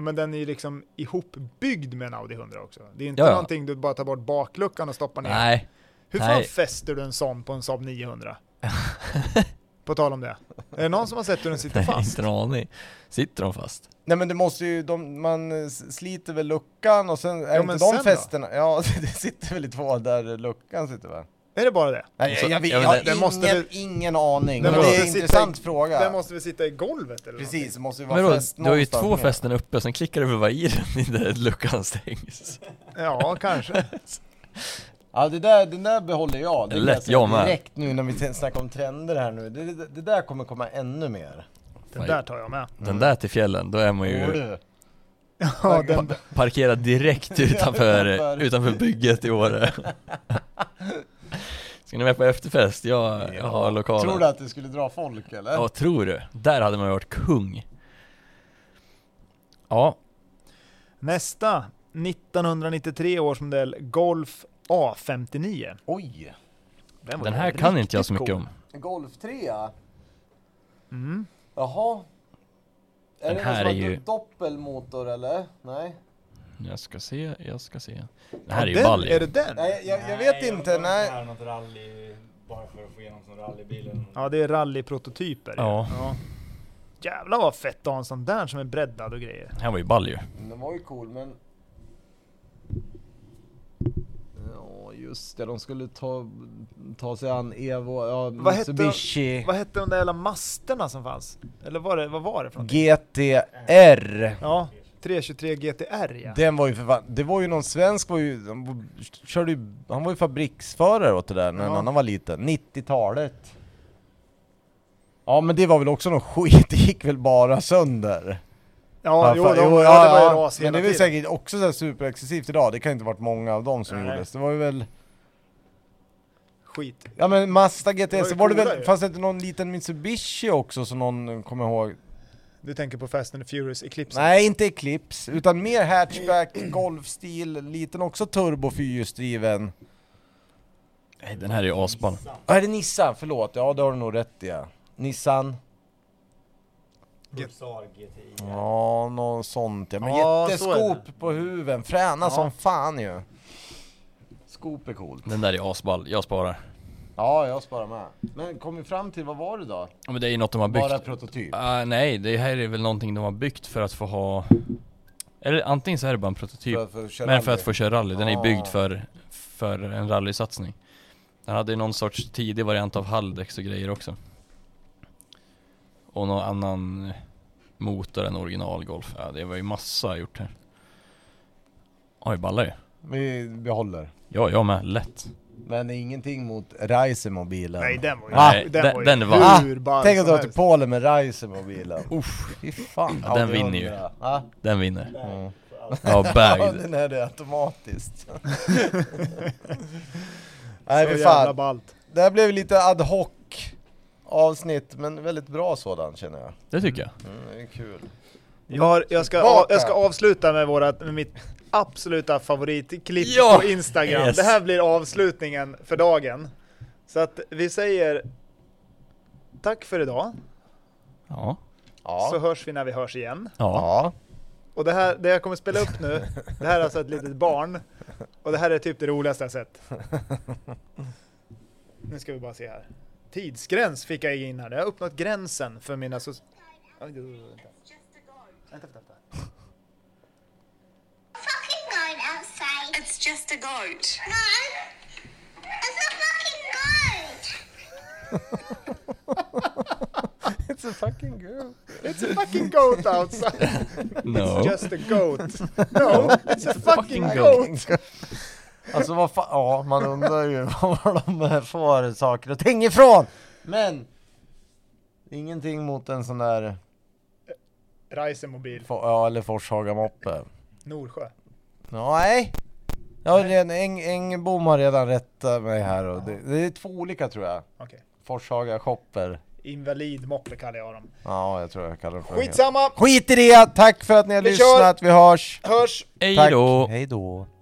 Speaker 3: Men den är ju liksom ihopbyggd med en Audi 100 också. Det är inte
Speaker 4: Ja, ja.
Speaker 3: någonting du bara tar bort bakluckan och stoppar ner.
Speaker 4: Nej,
Speaker 3: Hur fan
Speaker 4: nej.
Speaker 3: fäster du en sån på en Saab 900? på tal om det. Är det någon som har sett hur den sitter
Speaker 4: nej
Speaker 3: fast?
Speaker 4: inte en aning. Sitter de fast?
Speaker 6: Nej men det måste ju, de, man eh, s- sliter väl luckan och sen, är
Speaker 3: Ja,
Speaker 6: inte
Speaker 3: men
Speaker 6: de
Speaker 3: sen då?
Speaker 6: fästena, ja det sitter väl i två där luckan sitter väl?
Speaker 3: Är det bara det?
Speaker 6: Nej
Speaker 4: Så-
Speaker 6: jag, jag, vet-
Speaker 4: ja,
Speaker 6: jag
Speaker 4: men
Speaker 6: har
Speaker 4: det- det
Speaker 6: ingen,
Speaker 3: måste väl-
Speaker 6: ingen aning,
Speaker 3: Det
Speaker 6: men
Speaker 3: måste
Speaker 6: det är en
Speaker 3: sitta i-
Speaker 6: intressant fråga.
Speaker 3: Den måste väl sitta i golvet eller
Speaker 6: Precis, det måste ju
Speaker 4: Men
Speaker 6: vara
Speaker 4: då,
Speaker 6: fäst
Speaker 4: du har ju
Speaker 6: någonstans
Speaker 4: två
Speaker 6: med.
Speaker 4: fästen uppe, sen klickar du väl bara i den innan luckan stängs.
Speaker 3: någonting? Ja, kanske.
Speaker 6: Ja det där, den där behåller jag, det kan
Speaker 4: Lätt,
Speaker 6: jag säga
Speaker 4: jag med.
Speaker 6: direkt nu när vi t- snackar om trender här nu. Det, det, det där kommer komma ännu mer.
Speaker 3: Den där tar jag med.
Speaker 4: Den där till fjällen, då är man
Speaker 6: Åh,
Speaker 4: ju
Speaker 6: du.
Speaker 3: Ja, den,
Speaker 4: parkerad direkt utanför,
Speaker 6: Utanför.
Speaker 4: utanför bygget i Åre. Ska ni med på efterfest? Jag, jag har lokalen.
Speaker 6: Tror du att det skulle dra folk eller?
Speaker 4: Ja, tror du? Där hade man ju varit kung. Ja,
Speaker 3: nästa 1993 års modell Golf A59.
Speaker 6: Oj!
Speaker 3: var
Speaker 4: den
Speaker 3: ju
Speaker 4: här kan inte jag
Speaker 3: riktigt
Speaker 4: så mycket
Speaker 3: cool.
Speaker 4: om.
Speaker 6: Golf 3
Speaker 3: Mm.
Speaker 6: Jaha.
Speaker 4: Den
Speaker 6: det någon
Speaker 4: här
Speaker 6: som
Speaker 4: är
Speaker 6: har
Speaker 4: ju-
Speaker 6: doppelmotor eller? Nej?
Speaker 4: Jag ska se, jag ska se. Den här är ju
Speaker 3: den,
Speaker 4: ball
Speaker 3: Är
Speaker 4: ju.
Speaker 3: det den?
Speaker 6: Nej, jag, jag vet inte.
Speaker 7: Jag har inte
Speaker 6: Nej.
Speaker 7: här något rally bara för att få igenom som rallybilen.
Speaker 3: Ja, det är rallyprototyper. ju.
Speaker 4: Ja.
Speaker 3: Jävlar vad fett att ha en sån där som är breddad och grejer.
Speaker 4: Den här var ju ball ju.
Speaker 3: Mm,
Speaker 6: Den var ju cool men... Ja just det, de skulle ta, ta sig an Evo, ja,
Speaker 3: Vad hette-
Speaker 6: Mitsubishi
Speaker 3: Vad hette de där jävla masterna som fanns? Eller var det, vad var det för någonting?
Speaker 6: GTR.
Speaker 3: Ja, 323 GTR ja.
Speaker 6: Den var ju för fan, det var ju någon svensk, var ju, han, var- körde ju, han var ju fabriksförare åt det där när en
Speaker 3: Ja.
Speaker 6: annan var liten, 90-talet. Ja men det var väl också någon skit, det gick väl bara sönder.
Speaker 3: Ja, jo,
Speaker 6: fan,
Speaker 3: de, ja, det var ju
Speaker 6: ja.
Speaker 3: ras
Speaker 6: Men
Speaker 3: hela
Speaker 6: det är väl
Speaker 3: tiden.
Speaker 6: säkert också så här superexcessivt idag, det kan ju inte varit många av dem som
Speaker 3: Nej.
Speaker 6: gjordes. Det var ju väl,
Speaker 3: Skit.
Speaker 6: ja men Mazda
Speaker 3: var
Speaker 6: GTS,
Speaker 3: ju
Speaker 6: så var det
Speaker 3: coola
Speaker 6: väl,
Speaker 3: ju.
Speaker 6: fanns det inte någon liten Mitsubishi också som någon eh, kommer ihåg?
Speaker 3: Du tänker på Fast and the Furious Eclipse?
Speaker 6: Nej inte Eclipse, utan mer hatchback, golfstil, liten också turbo fyrhjulsdriven.
Speaker 4: Nej, Den här är ju asball.
Speaker 6: Ja, är det Nissan? Förlåt, ja det har du nog rätt i. ja. Nissan?
Speaker 7: Pulsar GTI.
Speaker 6: Ja, något sånt ja. Men
Speaker 3: Ja, så är
Speaker 6: jätteskop på huven, fräna som fan ju. Skop är coolt.
Speaker 4: Den där är asball, jag sparar.
Speaker 6: Ja, jag sparar med. Men kom vi fram till, vad var det då?
Speaker 4: Ja, Men det är ju något de har byggt.
Speaker 6: Bara prototyp?
Speaker 4: Ah, nej, det här är väl någonting de har byggt för att få ha... Eller antingen så är det bara en prototyp,
Speaker 6: För att få
Speaker 4: Typ.
Speaker 6: köra
Speaker 4: men för
Speaker 6: rally.
Speaker 4: att få köra rally. Den är
Speaker 6: Ah.
Speaker 4: är byggd för, för en rallysatsning. Den hade ju någon sorts tidig variant av halvdäcks och grejer också. Och någon annan motor än original Golf. Ja, det var ju massa gjort här. Oj, ballar ju.
Speaker 6: Vi behåller.
Speaker 4: Ja, jag med. Lätt.
Speaker 6: Men ingenting mot Reisemobilen.
Speaker 3: Nej, den var ju,
Speaker 4: Va?
Speaker 3: den,
Speaker 4: Den-
Speaker 3: var ju
Speaker 4: den var-
Speaker 3: hur ball
Speaker 6: Ah, Tänk att
Speaker 3: som
Speaker 6: dra till
Speaker 3: helst.
Speaker 6: Polen med Reisemobilen.
Speaker 4: Uff,
Speaker 6: Fy fan.
Speaker 4: Ja, den
Speaker 6: Audi
Speaker 4: vinner ju.
Speaker 6: 100. Ja.
Speaker 4: den vinner.
Speaker 6: Mm.
Speaker 7: allt.
Speaker 4: Ja,
Speaker 6: Ja,
Speaker 4: bagged.
Speaker 6: den är det automatiskt. Nej
Speaker 3: Så
Speaker 6: fy
Speaker 3: jävla
Speaker 6: fan.
Speaker 3: ballt.
Speaker 6: Det här blev lite ad hoc avsnitt, men väldigt bra sådan känner jag.
Speaker 4: Det tycker jag.
Speaker 6: Mm, det är kul.
Speaker 3: Jag, har, jag, ska,
Speaker 6: Tillbaka.
Speaker 3: av- jag ska avsluta med, vårat, med mitt absoluta favoritklipp
Speaker 4: Ja!
Speaker 3: på Instagram.
Speaker 4: Yes.
Speaker 3: Det här blir avslutningen för dagen. Så att vi säger tack för idag,
Speaker 4: Ja.
Speaker 6: Ja.
Speaker 3: så hörs vi när vi hörs igen.
Speaker 4: Ja.
Speaker 6: ja.
Speaker 3: Och det här, det jag kommer spela upp nu, det här är alltså ett litet barn. Och det här är typ det roligaste jag sett. Nu ska vi bara se här. Tidsgräns fick jag in här. Jag har uppnått gränsen för mina so- Oj, oj, oj, vänta. Vänta, vänta, vänta.
Speaker 9: fucking goat outside.
Speaker 10: It's just a goat.
Speaker 9: No, it's a fucking goat.
Speaker 6: It's a fucking girl.
Speaker 3: It's a fucking goat outside.
Speaker 4: No.
Speaker 3: It's just a goat. No, it's a fucking goat.
Speaker 6: Alltså vad fan, ja man undrar ju var de här får saker och ting ifrån! Men! Ingenting mot en sån där,
Speaker 3: Reisemobil,
Speaker 6: Fo- ja eller Forshaga-moppe.
Speaker 3: Norsjö.
Speaker 6: Nej! Ja, redan, Eng, Engbom har redan rättat mig här och det, det är två olika tror jag.
Speaker 3: Okej.
Speaker 6: Forshaga-shopper.
Speaker 3: Invalidmoppe kallar jag dem.
Speaker 6: Ja, jag tror jag kallar det för
Speaker 3: Skitsamma!
Speaker 6: Skit i det! Tack för att ni har
Speaker 3: Vi kör.
Speaker 6: lyssnat, vi hörs!
Speaker 3: Hörs!
Speaker 4: Hej
Speaker 6: Tack.
Speaker 4: då!
Speaker 6: Hej då!